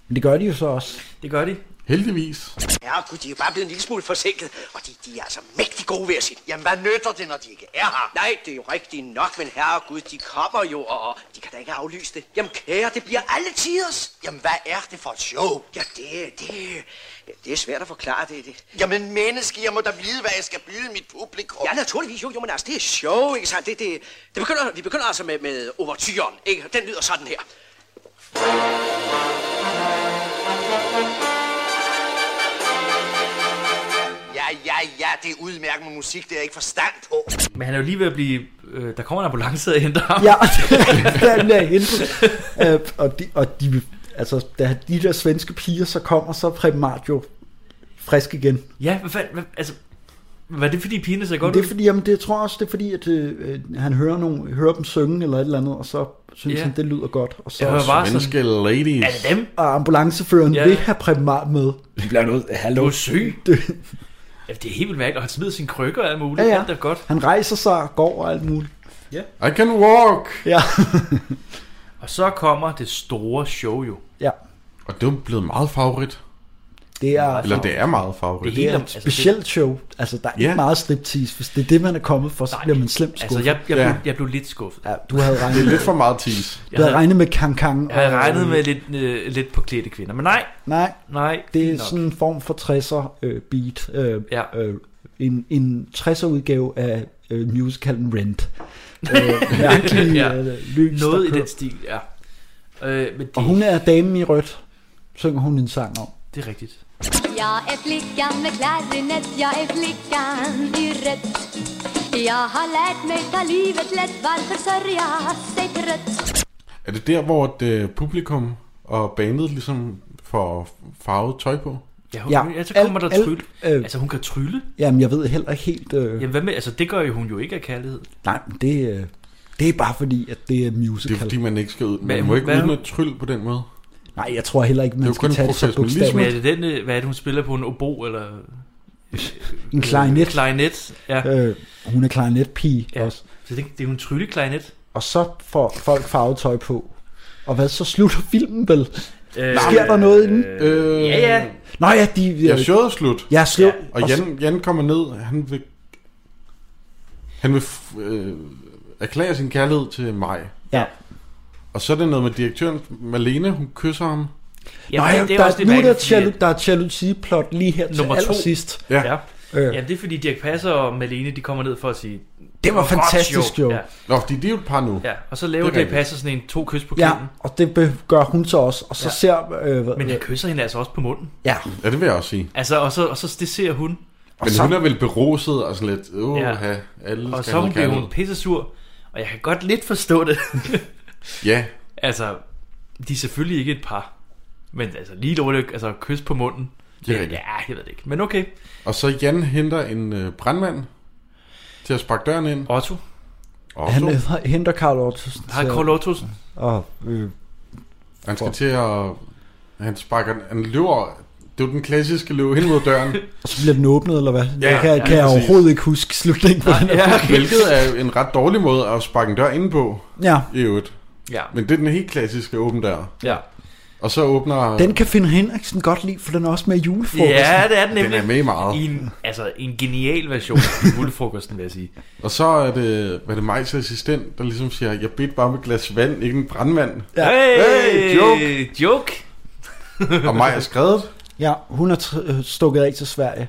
[SPEAKER 3] Men det gør de jo så også.
[SPEAKER 2] Det gør de.
[SPEAKER 4] Heldigvis.
[SPEAKER 11] Ja, gud, de er jo bare blevet en lille smule forsinket, og de, de er altså mægtig gode ved at sige.
[SPEAKER 5] Jamen, hvad nytter det, når de ikke er her?
[SPEAKER 11] Nej, det er jo rigtigt nok, men herre gud, de kommer jo, og og de kan da ikke aflyse det. Jamen kære, det bliver alle tiders.
[SPEAKER 5] Jamen, hvad er det for et show?
[SPEAKER 11] Ja, det, det, det er svært at forklare det. det.
[SPEAKER 5] Jamen, menneske, jeg må da vide, hvad jeg skal byde mit publikum.
[SPEAKER 11] Ja, naturligvis, jo, jo, men altså, det er sjovt, ikke sandt? Det, det, det begynder, vi begynder altså med, med overtyren, ikke? Den lyder sådan her.
[SPEAKER 5] Ja, ja, ja, det er udmærket med musik, det er jeg ikke forstand på.
[SPEAKER 2] Men han er jo lige ved at blive... Øh, der kommer en ambulance og henter ham.
[SPEAKER 3] Ja, den er hentet. Øh, og de, og de, altså, da de der svenske piger så kommer, så er Prem Mart jo frisk igen.
[SPEAKER 2] ja hvad, fanden- hvad, altså... Var det fordi pigerne ser godt
[SPEAKER 3] Men det er
[SPEAKER 2] ud?
[SPEAKER 3] fordi, jamen, det, jeg tror også, det er fordi, at øh, han hører, nogle, hører dem synge eller et eller andet, og så synes
[SPEAKER 2] Ja.
[SPEAKER 3] yeah. han, det lyder godt. Og så
[SPEAKER 2] Jeg hører bare sådan...
[SPEAKER 4] Menneske ladies.
[SPEAKER 2] Er det dem?
[SPEAKER 3] og ambulanceføreren
[SPEAKER 2] Ja.
[SPEAKER 3] yeah. vil have Prem Mart med. De bliver nødt hallo.
[SPEAKER 2] Du er syg.
[SPEAKER 3] Det,
[SPEAKER 2] Ja, det er helt vildt mærkeligt, og han smider sin krykker og alt muligt.
[SPEAKER 3] ja, ja.
[SPEAKER 2] Alt er godt.
[SPEAKER 3] Han rejser sig og går og alt muligt.
[SPEAKER 4] I can walk.
[SPEAKER 3] Ja,
[SPEAKER 2] Og så kommer det store show jo.
[SPEAKER 3] ja.
[SPEAKER 4] Og det er jo blevet meget favorit.
[SPEAKER 3] Det er,
[SPEAKER 4] Eller det er meget favorit.
[SPEAKER 2] Det
[SPEAKER 3] det
[SPEAKER 2] hele
[SPEAKER 3] er
[SPEAKER 2] om-
[SPEAKER 3] et
[SPEAKER 2] altså,
[SPEAKER 3] specielt show. Altså, der er ikke
[SPEAKER 4] Ja.
[SPEAKER 3] meget striptease. Hvis det er det, man er kommet for, så
[SPEAKER 2] Nej.
[SPEAKER 3] bliver man slemt
[SPEAKER 2] Altså,
[SPEAKER 3] skuffet.
[SPEAKER 2] jeg, jeg,
[SPEAKER 4] Ja.
[SPEAKER 2] blev, jeg blev lidt skuffet.
[SPEAKER 3] Ja, du havde
[SPEAKER 4] Det
[SPEAKER 3] regnet,
[SPEAKER 4] er lidt for meget tease.
[SPEAKER 3] du havde regnet med Kang Kang.
[SPEAKER 2] Jeg havde
[SPEAKER 3] og-
[SPEAKER 2] regnet med lidt, øh, lidt på klædte kvinder, men nej,
[SPEAKER 3] Nej,
[SPEAKER 2] nej.
[SPEAKER 3] det er
[SPEAKER 2] fint nok.
[SPEAKER 3] sådan en form for 60'er øh, beat. Øh,
[SPEAKER 2] Ja.
[SPEAKER 3] øh, en, en 60'er udgave af øh, musicalen Rent. øh, mærkelige
[SPEAKER 2] Ja.
[SPEAKER 3] ja. lys, der
[SPEAKER 2] Noget i
[SPEAKER 3] kører.
[SPEAKER 2] den stil, ja. Øh, men det,
[SPEAKER 3] Og hun er damen i rødt, synger hun en sang om.
[SPEAKER 2] det er rigtigt.
[SPEAKER 9] Jag är flickan med klarinett, jag är flickan i rött Jag har lärt mig ta livet lätt, varför sörja sig trött?
[SPEAKER 4] Er det der, hvor et, øh, publikum og bandet ligesom får farvet tøj på?
[SPEAKER 2] Ja, hun, ja. så kommer der trylle. Øh, altså, hun kan trylle.
[SPEAKER 3] Jamen, jeg ved heller ikke helt... Øh,
[SPEAKER 2] Jamen, hvad med, altså, det gør jo hun jo ikke af kærlighed.
[SPEAKER 3] Nej, men det, øh, det er bare fordi, at det er musical.
[SPEAKER 4] Det er fordi, man ikke skal ud.
[SPEAKER 2] Hvad-
[SPEAKER 4] Man må ikke
[SPEAKER 2] hvad-
[SPEAKER 4] udnytte tryl på den måde.
[SPEAKER 3] Nej, jeg tror heller ikke,
[SPEAKER 4] Det er
[SPEAKER 3] man
[SPEAKER 4] jo
[SPEAKER 3] skal
[SPEAKER 4] kun
[SPEAKER 3] tage det så
[SPEAKER 4] professionalisme.
[SPEAKER 2] Men er
[SPEAKER 3] bogstaveligt.
[SPEAKER 2] det den, øh, hvad er det, hun spiller på en obo, eller...
[SPEAKER 3] En klarinet.
[SPEAKER 2] Klarinet, ja.
[SPEAKER 3] Øh, hun er klarinetpige ja. også.
[SPEAKER 2] Så det, det er jo en trylleklarinet.
[SPEAKER 3] Og så får folk farvetøj på. Og hvad, så slutter filmen vel?
[SPEAKER 2] Øh,
[SPEAKER 3] Øh, Sker der noget inden?
[SPEAKER 4] Øh,
[SPEAKER 2] Ja, ja.
[SPEAKER 3] Nå ja, de... øh,
[SPEAKER 4] Ja, showet er slut.
[SPEAKER 3] Ja, slut. Ja.
[SPEAKER 4] Og Jan, Jan kommer ned, han vil... Han vil f- øh, erklære sin kærlighed til mig.
[SPEAKER 3] Ja.
[SPEAKER 4] Og så er det noget med direktøren, Malene, hun kysser ham.
[SPEAKER 3] Ja, Nej, det er der, også nu er der, jalu- der er et jalousi-plot lige her til
[SPEAKER 2] Nummer to.
[SPEAKER 3] allersidst.
[SPEAKER 2] Ja. ja.
[SPEAKER 3] Øh.
[SPEAKER 2] Ja, det er fordi Dirk Passer og Malene, de kommer ned for at sige...
[SPEAKER 3] Det var
[SPEAKER 2] "Godt
[SPEAKER 3] fantastisk, jo."
[SPEAKER 2] Ja.
[SPEAKER 4] Nå, fordi de er jo et par nu.
[SPEAKER 2] ja. Og så laver
[SPEAKER 4] Det er
[SPEAKER 2] Dirk
[SPEAKER 4] rigtigt.
[SPEAKER 2] Passer sådan en to kys på
[SPEAKER 3] Ja,
[SPEAKER 2] kinden.
[SPEAKER 3] og det be- gør hun så også. Og så
[SPEAKER 2] Mm. Ja.
[SPEAKER 3] ja. ser... Øh, hvad-
[SPEAKER 2] Men han kysser hende altså også på munden.
[SPEAKER 3] Ja.
[SPEAKER 4] Ja, det vil jeg også sige.
[SPEAKER 2] Altså, og så, og så det ser hun.
[SPEAKER 4] Men hun er vel beruset og sådan lidt, åh, ja. alle
[SPEAKER 2] og
[SPEAKER 4] skal
[SPEAKER 2] så
[SPEAKER 4] have
[SPEAKER 2] hun bliver hun
[SPEAKER 4] kærlighed.
[SPEAKER 2] pissesur, og jeg kan godt lidt forstå det.
[SPEAKER 4] Ja.
[SPEAKER 2] altså, de er selvfølgelig ikke et par, men altså lige dårligt, altså kys på munden.
[SPEAKER 4] Det er
[SPEAKER 2] Men
[SPEAKER 4] rigtigt.
[SPEAKER 2] ja, jeg ved det ikke, men okay.
[SPEAKER 4] Og så Jan henter en øh, brandmand til at sparke døren ind.
[SPEAKER 2] Otto.
[SPEAKER 4] Otto.
[SPEAKER 3] Han
[SPEAKER 4] Han,
[SPEAKER 3] øh, henter Karl Ottosen.
[SPEAKER 2] Har
[SPEAKER 3] til-
[SPEAKER 2] Carl Ottosen.
[SPEAKER 3] Og, øh,
[SPEAKER 4] han skal til at... Han sparker... Han løber... Det er jo den klassiske løb hen mod døren.
[SPEAKER 3] og så bliver den åbnet, eller hvad?
[SPEAKER 4] Ja,
[SPEAKER 3] Ja, kan,
[SPEAKER 4] ja,
[SPEAKER 3] ja, kan jeg
[SPEAKER 4] præcis.
[SPEAKER 3] overhovedet ikke huske slutningen på den her.
[SPEAKER 4] Hvilket er en ret dårlig måde at sparke en dør ind på.
[SPEAKER 3] Ja.
[SPEAKER 4] I øvrigt.
[SPEAKER 2] Ja.
[SPEAKER 4] Men det er den helt klassiske åben dør.
[SPEAKER 2] Ja.
[SPEAKER 4] Og så åbner...
[SPEAKER 3] Den kan Finn Henriksen godt lide, for den er også med i julefrokosten.
[SPEAKER 2] Ja, det er den nemlig.
[SPEAKER 4] Den er med i meget.
[SPEAKER 2] I en, altså, en genial version af julefrokosten, vil jeg sige.
[SPEAKER 4] Og så er det, hvad er det Majs assistent, der ligesom siger, jeg bedte bare med et glas vand, ikke en brandmand.
[SPEAKER 2] Ja.
[SPEAKER 4] Hey, joke.
[SPEAKER 2] joke.
[SPEAKER 4] Og Maja er skrevet.
[SPEAKER 3] Ja, hun er tr- øh, stukket af til Sverige.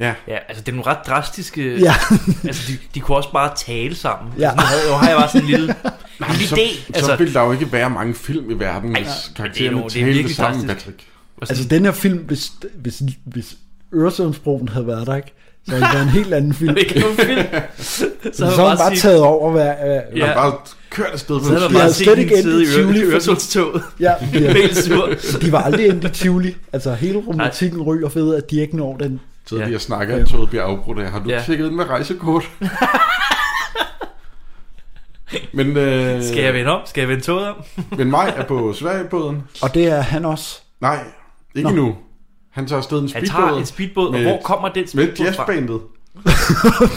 [SPEAKER 4] Ja.
[SPEAKER 2] Ja, altså det er nogle ret drastiske...
[SPEAKER 3] Ja.
[SPEAKER 2] altså de, de kunne også bare tale sammen.
[SPEAKER 3] Ja.
[SPEAKER 2] Ja. Altså, nu havde, nu har jeg bare sådan en lille, en lille
[SPEAKER 4] så,
[SPEAKER 2] idé.
[SPEAKER 4] altså, så vil der jo ikke være mange film i verden,
[SPEAKER 2] Ej, men
[SPEAKER 4] hvis
[SPEAKER 2] det er
[SPEAKER 4] karaktererne
[SPEAKER 2] jo- det er virkelig
[SPEAKER 4] talte sammen,
[SPEAKER 2] drastisk.
[SPEAKER 4] Patrick.
[SPEAKER 3] Altså den her film, hvis, hvis, hvis Øresundsbroen havde været der, ikke? Så havde det været en helt anden film.
[SPEAKER 2] Det er ikke nogen film.
[SPEAKER 3] Så, så havde man bare
[SPEAKER 2] sige-
[SPEAKER 3] taget over hver... Øh,
[SPEAKER 4] Ja.
[SPEAKER 2] Ja.
[SPEAKER 4] Man bare kørt afsted på
[SPEAKER 2] Så havde man
[SPEAKER 4] en
[SPEAKER 3] Vi
[SPEAKER 2] bare
[SPEAKER 3] havde
[SPEAKER 2] set
[SPEAKER 3] slet
[SPEAKER 2] hende
[SPEAKER 3] ikke
[SPEAKER 2] sidde i
[SPEAKER 3] endt i Tivoli,
[SPEAKER 2] Øre-
[SPEAKER 3] fordi-
[SPEAKER 2] Øresundstoget.
[SPEAKER 3] Ja,
[SPEAKER 2] ja. Helt sur.
[SPEAKER 3] de var aldrig endt i Tivoli. Altså hele romantikken ryger ved, at de ikke når den.
[SPEAKER 4] tid, vi har snakket, at toget bliver afbrudt af. Har du
[SPEAKER 2] Ja.
[SPEAKER 4] tjekket ind med rejsekort? men, øh,
[SPEAKER 2] Skal jeg vende om? Skal jeg vende toget om?
[SPEAKER 4] men Maj er på Sverigebåden.
[SPEAKER 3] Og det er han også.
[SPEAKER 4] Nej, ikke
[SPEAKER 3] Nå.
[SPEAKER 4] Nå. nu. Han tager afsted en
[SPEAKER 2] Han
[SPEAKER 4] speedbåd.
[SPEAKER 2] tager en speedbåd, og hvor kommer den
[SPEAKER 4] Med
[SPEAKER 2] speedbåd fra?
[SPEAKER 4] jazzbandet.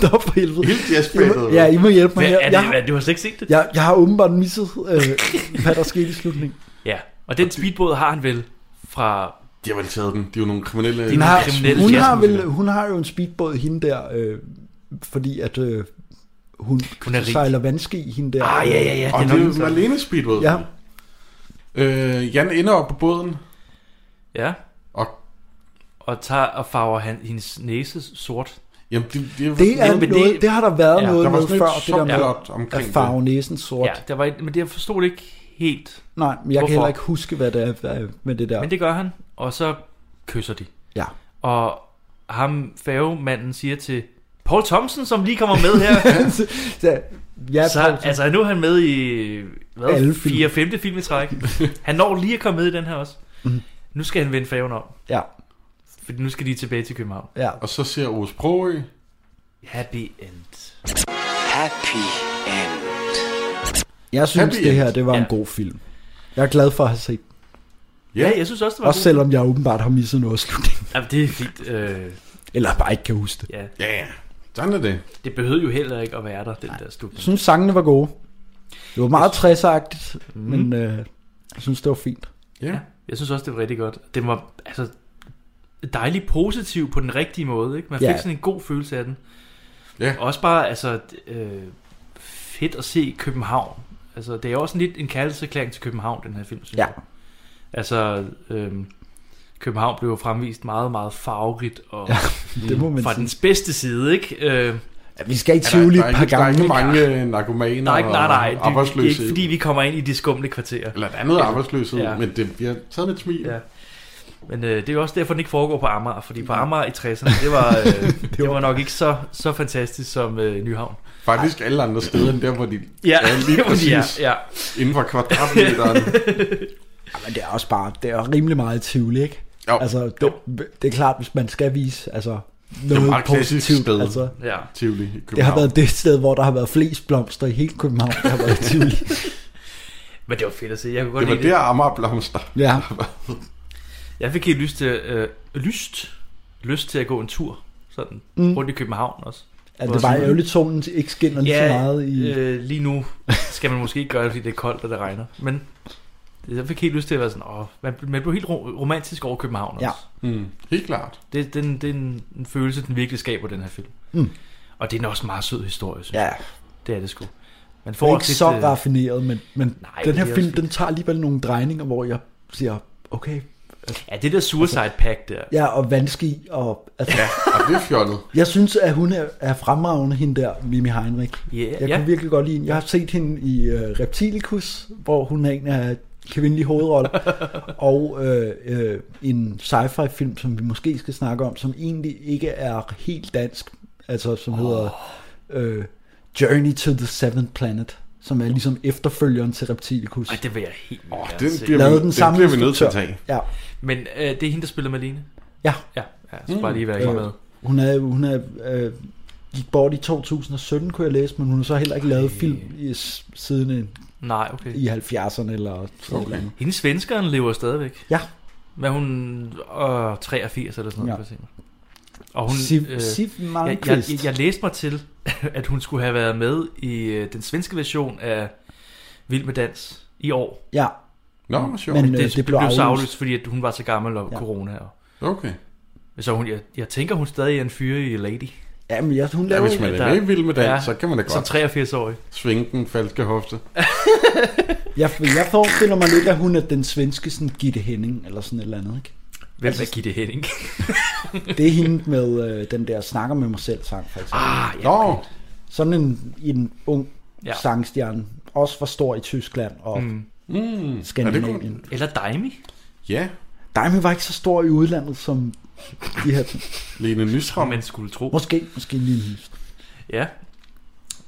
[SPEAKER 3] Der for helvede.
[SPEAKER 4] Hele
[SPEAKER 3] I må,
[SPEAKER 4] jazzbandet.
[SPEAKER 3] ja, I må hjælpe
[SPEAKER 2] Hvad,
[SPEAKER 3] mig her.
[SPEAKER 2] er det,
[SPEAKER 3] Jeg,
[SPEAKER 2] hvad, du har slet ikke set det?
[SPEAKER 3] jeg, jeg har åbenbart misset, øh, hvad der skete i slutningen.
[SPEAKER 2] Ja. Og den speedbåd har han vel fra...
[SPEAKER 4] De har vel taget den. De er jo nogle kriminelle...
[SPEAKER 2] er
[SPEAKER 3] Hun har,
[SPEAKER 2] kriminelle
[SPEAKER 3] hun, har
[SPEAKER 2] jazzmusikere.
[SPEAKER 3] vel, hun har jo en speedbåd, hende der, øh, fordi at øh, hun,
[SPEAKER 2] Hun er rig.
[SPEAKER 3] sejler vandski, hende der.
[SPEAKER 2] Ah, ja, ja, ja.
[SPEAKER 4] Og
[SPEAKER 2] Det
[SPEAKER 4] det
[SPEAKER 2] er
[SPEAKER 4] er
[SPEAKER 2] nok
[SPEAKER 4] jo Marlene Speedwood.
[SPEAKER 3] Ja.
[SPEAKER 4] Øh, Jan ender op på båden,
[SPEAKER 2] Ja.
[SPEAKER 4] og
[SPEAKER 2] Og tager og farver han, hendes næse sort.
[SPEAKER 4] jamen, det, det,
[SPEAKER 3] Det, er
[SPEAKER 2] Men det-
[SPEAKER 3] det, noget, det har der været
[SPEAKER 2] Ja,
[SPEAKER 3] ja, noget
[SPEAKER 4] der var
[SPEAKER 3] med
[SPEAKER 4] sådan et
[SPEAKER 3] før, det der
[SPEAKER 4] subplot
[SPEAKER 3] med
[SPEAKER 4] omkring
[SPEAKER 3] at farve næsen sort.
[SPEAKER 2] Ja,
[SPEAKER 3] Ja.
[SPEAKER 2] der var, et- men det jeg forstod ikke helt.
[SPEAKER 3] Nej, men jeg
[SPEAKER 2] Hvorfor?
[SPEAKER 3] kan heller ikke huske, hvad det er hvad, med det der.
[SPEAKER 2] Men det gør han, og så kysser de.
[SPEAKER 3] Ja.
[SPEAKER 2] Og ham færgemanden siger til Paul Thompson, som lige kommer med her.
[SPEAKER 3] Så, ja,
[SPEAKER 2] så, altså nu er han med i
[SPEAKER 3] Alle
[SPEAKER 2] hvad,
[SPEAKER 3] film.
[SPEAKER 2] 4. 5. film i træk. Han når lige at komme med i den her også.
[SPEAKER 3] Mm.
[SPEAKER 2] Nu skal han vende færgen om,
[SPEAKER 3] ja,
[SPEAKER 2] for nu skal de tilbage til København.
[SPEAKER 3] ja.
[SPEAKER 4] og så ser Ove Sprogø.
[SPEAKER 2] Happy end.
[SPEAKER 5] Happy end.
[SPEAKER 3] Jeg synes,
[SPEAKER 4] Happy
[SPEAKER 3] det
[SPEAKER 4] end.
[SPEAKER 3] her det var
[SPEAKER 2] Ja.
[SPEAKER 3] en god film. Jeg er glad for at have set den.
[SPEAKER 4] Ja.
[SPEAKER 2] Ja, jeg synes også, det var
[SPEAKER 3] Også
[SPEAKER 2] god.
[SPEAKER 3] selvom jeg åbenbart har misset noget af slutningen.
[SPEAKER 2] Jamen, det er fint. Øh,
[SPEAKER 3] Eller bare ikke kan huske det.
[SPEAKER 2] ja.
[SPEAKER 4] Ja, ja. Sådan er det.
[SPEAKER 2] Det behøvede jo heller ikke at være der, den der
[SPEAKER 3] Jeg
[SPEAKER 2] slutning.
[SPEAKER 3] synes, sangene var gode. Det var meget 60
[SPEAKER 4] Mhm.
[SPEAKER 3] mm. men øh, jeg synes, det var fint.
[SPEAKER 4] Ja.
[SPEAKER 2] Ja, jeg synes også, det var rigtig godt. Det var altså dejligt positiv på den rigtige måde. Ikke? Man fik
[SPEAKER 3] Ja.
[SPEAKER 2] sådan en god følelse af den.
[SPEAKER 4] Ja.
[SPEAKER 2] Også bare altså, øh, fedt at se København. Altså, det er jo også en lidt en kærlighedserklæring til København, den her film, synes
[SPEAKER 3] Ja.
[SPEAKER 2] jeg. Altså, øh, København blev jo fremvist meget, meget farverigt og ja,
[SPEAKER 3] Det må man
[SPEAKER 2] fra
[SPEAKER 3] sige.
[SPEAKER 2] dens bedste side, ikke? Øh,
[SPEAKER 3] Ja, vi skal i
[SPEAKER 4] Ja, der-
[SPEAKER 3] Tivoli
[SPEAKER 4] der er
[SPEAKER 3] et par
[SPEAKER 4] ikke- der er
[SPEAKER 3] gange.
[SPEAKER 4] ikke mange øh, narkomaner
[SPEAKER 2] Der er ikke, nej, nej,
[SPEAKER 4] og
[SPEAKER 2] det, det er
[SPEAKER 4] arbejdsløse.
[SPEAKER 2] ikke fordi, vi kommer ind i de skumle kvarterer.
[SPEAKER 4] Eller et andet arbejdsløshed, men det bliver taget med et smil.
[SPEAKER 2] Ja. Men øh, det er jo også derfor, den ikke foregår på Amager, fordi på Amager i 60'erne, det var, øh, det var nok ikke så, så fantastisk som øh, Nyhavn.
[SPEAKER 4] Faktisk alle andre steder end der, hvor de
[SPEAKER 2] Ja,
[SPEAKER 4] er
[SPEAKER 2] det
[SPEAKER 4] lige
[SPEAKER 2] må de-
[SPEAKER 4] præcis
[SPEAKER 2] ja, ja.
[SPEAKER 4] inden for kvadratmeteren.
[SPEAKER 3] Ja, men det er også bare, det er rimelig meget Tivoli, ikke?
[SPEAKER 4] Jo.
[SPEAKER 3] Altså, det, det er klart, hvis man skal vise, altså,
[SPEAKER 4] det er et
[SPEAKER 3] noget
[SPEAKER 4] meget klassisk
[SPEAKER 3] positivt.
[SPEAKER 4] sted,
[SPEAKER 3] Altså,
[SPEAKER 2] ja.
[SPEAKER 4] Tivoli i
[SPEAKER 3] det har
[SPEAKER 4] København.
[SPEAKER 3] været det sted, hvor der har været flest blomster i hele København. Det har været Tivoli.
[SPEAKER 2] Men det var fedt at se. Jeg kunne godt
[SPEAKER 4] Det var
[SPEAKER 2] lide
[SPEAKER 4] der Amager blomster.
[SPEAKER 3] Ja.
[SPEAKER 2] Jeg fik helt lyst til, øh, lyst, lyst til at gå en tur sådan,
[SPEAKER 3] Mm.
[SPEAKER 2] mm. rundt i København også.
[SPEAKER 3] Altså, det var ærgerligt, at solen ikke skinner lige så meget i...
[SPEAKER 2] Øh, lige nu skal man måske ikke gøre det, fordi det er koldt og det regner. Men jeg fik helt lyst til at være sådan, åh, man, man blev helt ro- romantisk over København også.
[SPEAKER 3] Ja.
[SPEAKER 2] Hmm.
[SPEAKER 4] Mm, helt klart.
[SPEAKER 2] Det, det, er en- det er en, en følelse, den virkelig skaber, den her film.
[SPEAKER 3] Mm.
[SPEAKER 2] Og det er en også meget sød historie, synes
[SPEAKER 3] Ja.
[SPEAKER 2] jeg. Det er det sgu. Man
[SPEAKER 3] Det er ikke
[SPEAKER 2] også lidt,
[SPEAKER 3] så
[SPEAKER 2] øh,
[SPEAKER 3] raffineret, men, men
[SPEAKER 2] Nej,
[SPEAKER 3] den her
[SPEAKER 2] det er
[SPEAKER 3] film,
[SPEAKER 2] også-
[SPEAKER 3] den tager alligevel nogle drejninger, hvor jeg siger, okay, Altså-
[SPEAKER 2] Ja, det der suicide pack der.
[SPEAKER 3] ja, og vanskelig, og... Altså,
[SPEAKER 4] ja, og det er fjollet.
[SPEAKER 3] Jeg synes, at hun er, er fremragende, hende der, Mimi Heinrich.
[SPEAKER 2] Yeah,
[SPEAKER 3] jeg
[SPEAKER 2] ja.
[SPEAKER 3] kan virkelig godt lide hende. Jeg har set hende i uh, Reptilicus, hvor hun er en af kvindelige hovedroller, og øh, øh, en sci-fi film, som vi måske skal snakke om, som egentlig ikke er helt dansk, altså som oh. hedder øh, Journey to the Seventh Planet, som er ligesom efterfølgeren til Reptilicus.
[SPEAKER 2] Ej, det vil jeg helt vildt
[SPEAKER 4] Åh,
[SPEAKER 2] gerne
[SPEAKER 4] den
[SPEAKER 2] se.
[SPEAKER 4] bliver-
[SPEAKER 3] Lavet den
[SPEAKER 4] den
[SPEAKER 3] samme
[SPEAKER 4] bliver vi nødt til at
[SPEAKER 3] instruktør. Ja.
[SPEAKER 2] Men øh, det er hende, der spiller Malene?
[SPEAKER 3] Ja. Mm.
[SPEAKER 2] Ja, ja så bare lige være helt med.
[SPEAKER 3] Hun er, hun er øh, gik bort i 2017, kunne jeg læse, men hun har så heller ikke lavet film i, s- siden en,
[SPEAKER 2] Nej, okay.
[SPEAKER 3] i 70'erne eller sådan okay. noget.
[SPEAKER 2] Hende svenskeren lever stadigvæk.
[SPEAKER 3] Ja.
[SPEAKER 2] Men hun er 83 eller sådan noget.
[SPEAKER 3] Ja.
[SPEAKER 2] Ja. Og hun, øh,
[SPEAKER 3] Siv- Siv Malmkvist.
[SPEAKER 2] jeg, jeg, jeg læste mig til, at hun skulle have været med i øh, den svenske version af Vild med Dans i år.
[SPEAKER 3] Ja.
[SPEAKER 4] Nå, hvor sjovt.
[SPEAKER 2] Men,
[SPEAKER 4] Men,
[SPEAKER 2] det,
[SPEAKER 4] øh,
[SPEAKER 2] det,
[SPEAKER 4] det
[SPEAKER 2] det
[SPEAKER 4] blev
[SPEAKER 2] blev så
[SPEAKER 4] aflyst.
[SPEAKER 2] aflyst, fordi at hun var så gammel og ja. corona. Og.
[SPEAKER 4] Okay.
[SPEAKER 2] Så hun, jeg, jeg tænker, hun stadig er en fyre i Lady.
[SPEAKER 3] Ja, men jeg, hun
[SPEAKER 4] Ja,
[SPEAKER 3] laver...
[SPEAKER 4] hvis man er
[SPEAKER 2] Der-
[SPEAKER 4] med i vild med dans,
[SPEAKER 2] Ja,
[SPEAKER 4] så kan man da godt
[SPEAKER 2] som 83-årig.
[SPEAKER 4] svinge den falske hofte.
[SPEAKER 3] jeg, jeg forestiller mig lidt, at hun er den svenske sådan, Gitte Henning eller sådan et eller andet, ikke?
[SPEAKER 2] Hvem altså, er Gitte Henning?
[SPEAKER 3] Det er hende med øh, den der Snakker med mig selv sang, for eksempel.
[SPEAKER 2] Ah, ja,
[SPEAKER 4] okay.
[SPEAKER 3] Sådan en, en ung ja.
[SPEAKER 2] Ja.
[SPEAKER 3] sangstjerne. Også for stor i Tyskland og
[SPEAKER 2] Mm.
[SPEAKER 3] mm.
[SPEAKER 4] Mm.
[SPEAKER 3] Skandinavien.
[SPEAKER 2] Eller Daimi?
[SPEAKER 4] Ja,
[SPEAKER 3] Daimi var ikke så stor i udlandet som de her ting.
[SPEAKER 4] Lene Nystrøm.
[SPEAKER 2] Man skulle tro.
[SPEAKER 3] Måske, måske lige en hus.
[SPEAKER 2] Ja.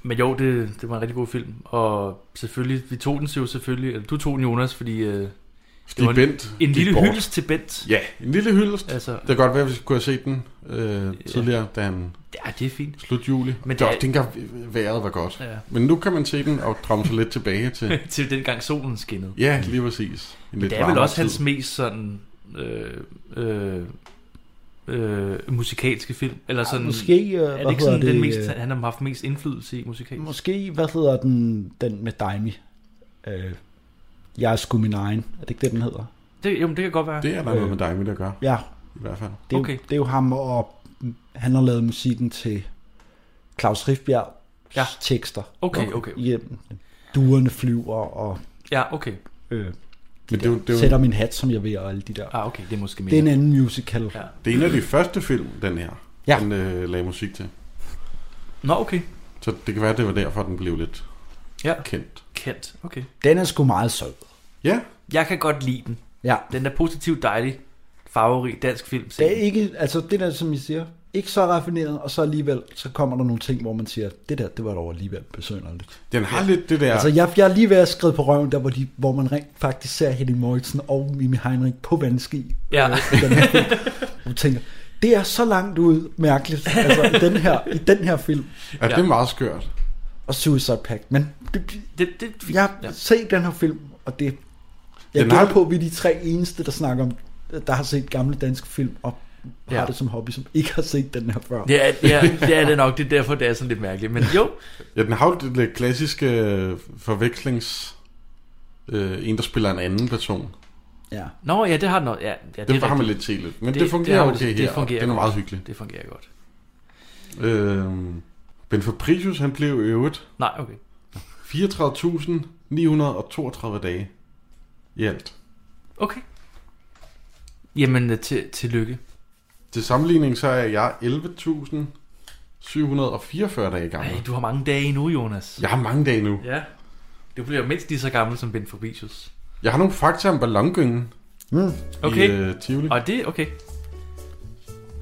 [SPEAKER 2] Men jo, det, det var en rigtig god film. Og selvfølgelig, vi tog den jo selvfølgelig. Eller du tog den, Jonas, fordi... Øh,
[SPEAKER 4] Fordi
[SPEAKER 2] en,
[SPEAKER 4] Bent
[SPEAKER 2] en
[SPEAKER 4] gik
[SPEAKER 2] lille
[SPEAKER 4] bort.
[SPEAKER 2] hyldest til Bent.
[SPEAKER 4] Ja, en lille hyldest.
[SPEAKER 2] Altså-
[SPEAKER 4] det kan godt være, at vi skulle have set den øh, tidligere, da han
[SPEAKER 2] Ja, det er fint.
[SPEAKER 4] slut juli. Men
[SPEAKER 2] Men
[SPEAKER 4] det,
[SPEAKER 2] det
[SPEAKER 4] det
[SPEAKER 2] er-
[SPEAKER 4] var, dengang vejret var godt.
[SPEAKER 2] Ja.
[SPEAKER 4] Men nu kan man se den og drømme sig lidt tilbage til...
[SPEAKER 2] til dengang solen skinnede.
[SPEAKER 4] Ja, lige præcis. En
[SPEAKER 2] Men
[SPEAKER 4] lidt
[SPEAKER 2] det er vel
[SPEAKER 4] varmere
[SPEAKER 2] også
[SPEAKER 4] tid.
[SPEAKER 2] hans mest sådan... Øh, øh, øh, musikalske film. Eller sådan,
[SPEAKER 3] måske, øh,
[SPEAKER 2] er
[SPEAKER 3] hvad
[SPEAKER 2] det ikke
[SPEAKER 3] hedder
[SPEAKER 2] sådan, den
[SPEAKER 3] det,
[SPEAKER 2] mest,
[SPEAKER 3] øh,
[SPEAKER 2] han har haft mest indflydelse i musikalsk?
[SPEAKER 3] Måske, hvad hedder den, den med Daimi? Øh, jeg er sgu min egen. Er det ikke det, den hedder?
[SPEAKER 2] Det, jo, men det kan godt være.
[SPEAKER 4] Det er der noget med dig, med der gør.
[SPEAKER 3] Ja.
[SPEAKER 4] I hvert fald.
[SPEAKER 3] Det er,
[SPEAKER 2] Okay.
[SPEAKER 3] okay. det er jo ham, og han har lavet musikken til Claus Riffbjerg ja.
[SPEAKER 2] Ja.
[SPEAKER 3] tekster.
[SPEAKER 2] Okay, okay, okay.
[SPEAKER 3] Ja, duerne flyver, og
[SPEAKER 2] Ja, okay.
[SPEAKER 3] øh,
[SPEAKER 4] Men det, er jo- det, er jo-
[SPEAKER 3] sætter min hat, som jeg vil, og alle de der.
[SPEAKER 2] Ah, okay, det er måske mere.
[SPEAKER 3] Det er en anden musical.
[SPEAKER 2] Ja.
[SPEAKER 4] det er en af de første film, den her,
[SPEAKER 3] Ja.
[SPEAKER 4] han øh, lagde musik til.
[SPEAKER 2] Nå, okay.
[SPEAKER 4] Så det kan være, det var derfor, den blev lidt
[SPEAKER 2] Ja.
[SPEAKER 4] kendt.
[SPEAKER 2] Kendt. Okay.
[SPEAKER 3] Den er sgu meget sød.
[SPEAKER 4] Ja,
[SPEAKER 2] Jeg kan godt lide den.
[SPEAKER 3] Ja.
[SPEAKER 2] Den er positivt dejlig, farverig dansk film.
[SPEAKER 3] Det er ikke, altså det der, som I siger, ikke så raffineret, og så alligevel, så kommer der nogle ting, hvor man siger, det der, det var dog alligevel besønderligt.
[SPEAKER 4] den har lidt det der...
[SPEAKER 3] Ja. Altså, jeg, jeg er lige ved at skrive på røven, der hvor, de, hvor man rent faktisk ser Henning Møjtsen og Mimi Heinrich på vandski.
[SPEAKER 2] Ja.
[SPEAKER 3] i den her film. Og man tænker, det er så langt ud mærkeligt, altså i den her, i den her film.
[SPEAKER 4] Ja, det er meget skørt.
[SPEAKER 3] Og Suicide Pact. Men det,
[SPEAKER 2] Det, det er fint.
[SPEAKER 3] jeg har
[SPEAKER 2] Ja.
[SPEAKER 3] set den her film, og det... Jeg
[SPEAKER 4] Den
[SPEAKER 3] gætter
[SPEAKER 4] har-
[SPEAKER 3] på, at vi er de tre eneste, der snakker om, der har set gamle danske film, og har
[SPEAKER 2] Ja.
[SPEAKER 3] det som hobby, som ikke har set den her før.
[SPEAKER 2] Det er, det, er, det er det nok, det er derfor, det er sådan lidt mærkeligt. Men jo,
[SPEAKER 4] Ja, den har jo det lidt klassiske øh, forvekslings... Øh, en, der spiller en anden person.
[SPEAKER 3] Ja.
[SPEAKER 2] nå ja, det har den også. Ja, ja,
[SPEAKER 4] Den
[SPEAKER 2] det
[SPEAKER 4] har
[SPEAKER 2] rigtigt.
[SPEAKER 4] man lidt til lidt. Men det, det fungerer
[SPEAKER 2] har
[SPEAKER 4] okay her, det fungerer og den er
[SPEAKER 2] godt.
[SPEAKER 4] meget hyggelig.
[SPEAKER 2] Det fungerer godt.
[SPEAKER 4] Øh, ben Fabricius, han blev i øvrigt
[SPEAKER 2] Nej, okay.
[SPEAKER 4] 34.932 dage i alt.
[SPEAKER 2] Okay. Jamen, øh, til, tillykke.
[SPEAKER 4] Til sammenligning så er jeg 11.000 744 dage gammel.
[SPEAKER 2] Ej, du har mange dage endnu, Jonas.
[SPEAKER 4] Jeg har mange dage nu.
[SPEAKER 2] Ja. Du bliver mindst lige så gammel som Ben Fabricius.
[SPEAKER 4] Jeg har nogle fakta om ballongyngen. Mm.
[SPEAKER 2] Okay.
[SPEAKER 4] I, øh, Tivoli.
[SPEAKER 2] Og det, okay.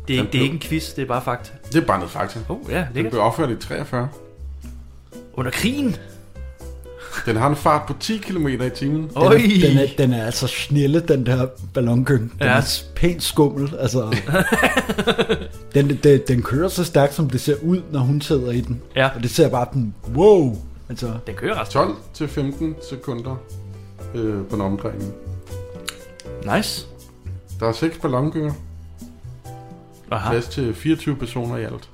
[SPEAKER 2] Det er, ikke, det er ikke en quiz, det er bare fakta.
[SPEAKER 4] Det er bare noget fakta.
[SPEAKER 2] Oh, ja,
[SPEAKER 4] Den
[SPEAKER 2] lækkert.
[SPEAKER 4] blev opført i 43.
[SPEAKER 2] Under krigen?
[SPEAKER 4] Den har en fart på 10 km i timen.
[SPEAKER 3] Den, er- den, er, den er altså snille, den der ballongyng. Den
[SPEAKER 4] Ja.
[SPEAKER 3] ja. er s- pænt skummel. Altså. den, den, den kører så stærkt, som det ser ud, når hun sidder i den.
[SPEAKER 2] Ja.
[SPEAKER 3] Og det ser bare den, wow. Altså,
[SPEAKER 2] Den kører ret
[SPEAKER 4] 12 til 15 sekunder øh, på en omdrejning.
[SPEAKER 2] Nice.
[SPEAKER 4] Der er 6 ballongynger.
[SPEAKER 2] Aha.
[SPEAKER 4] Plads til 24 personer i alt.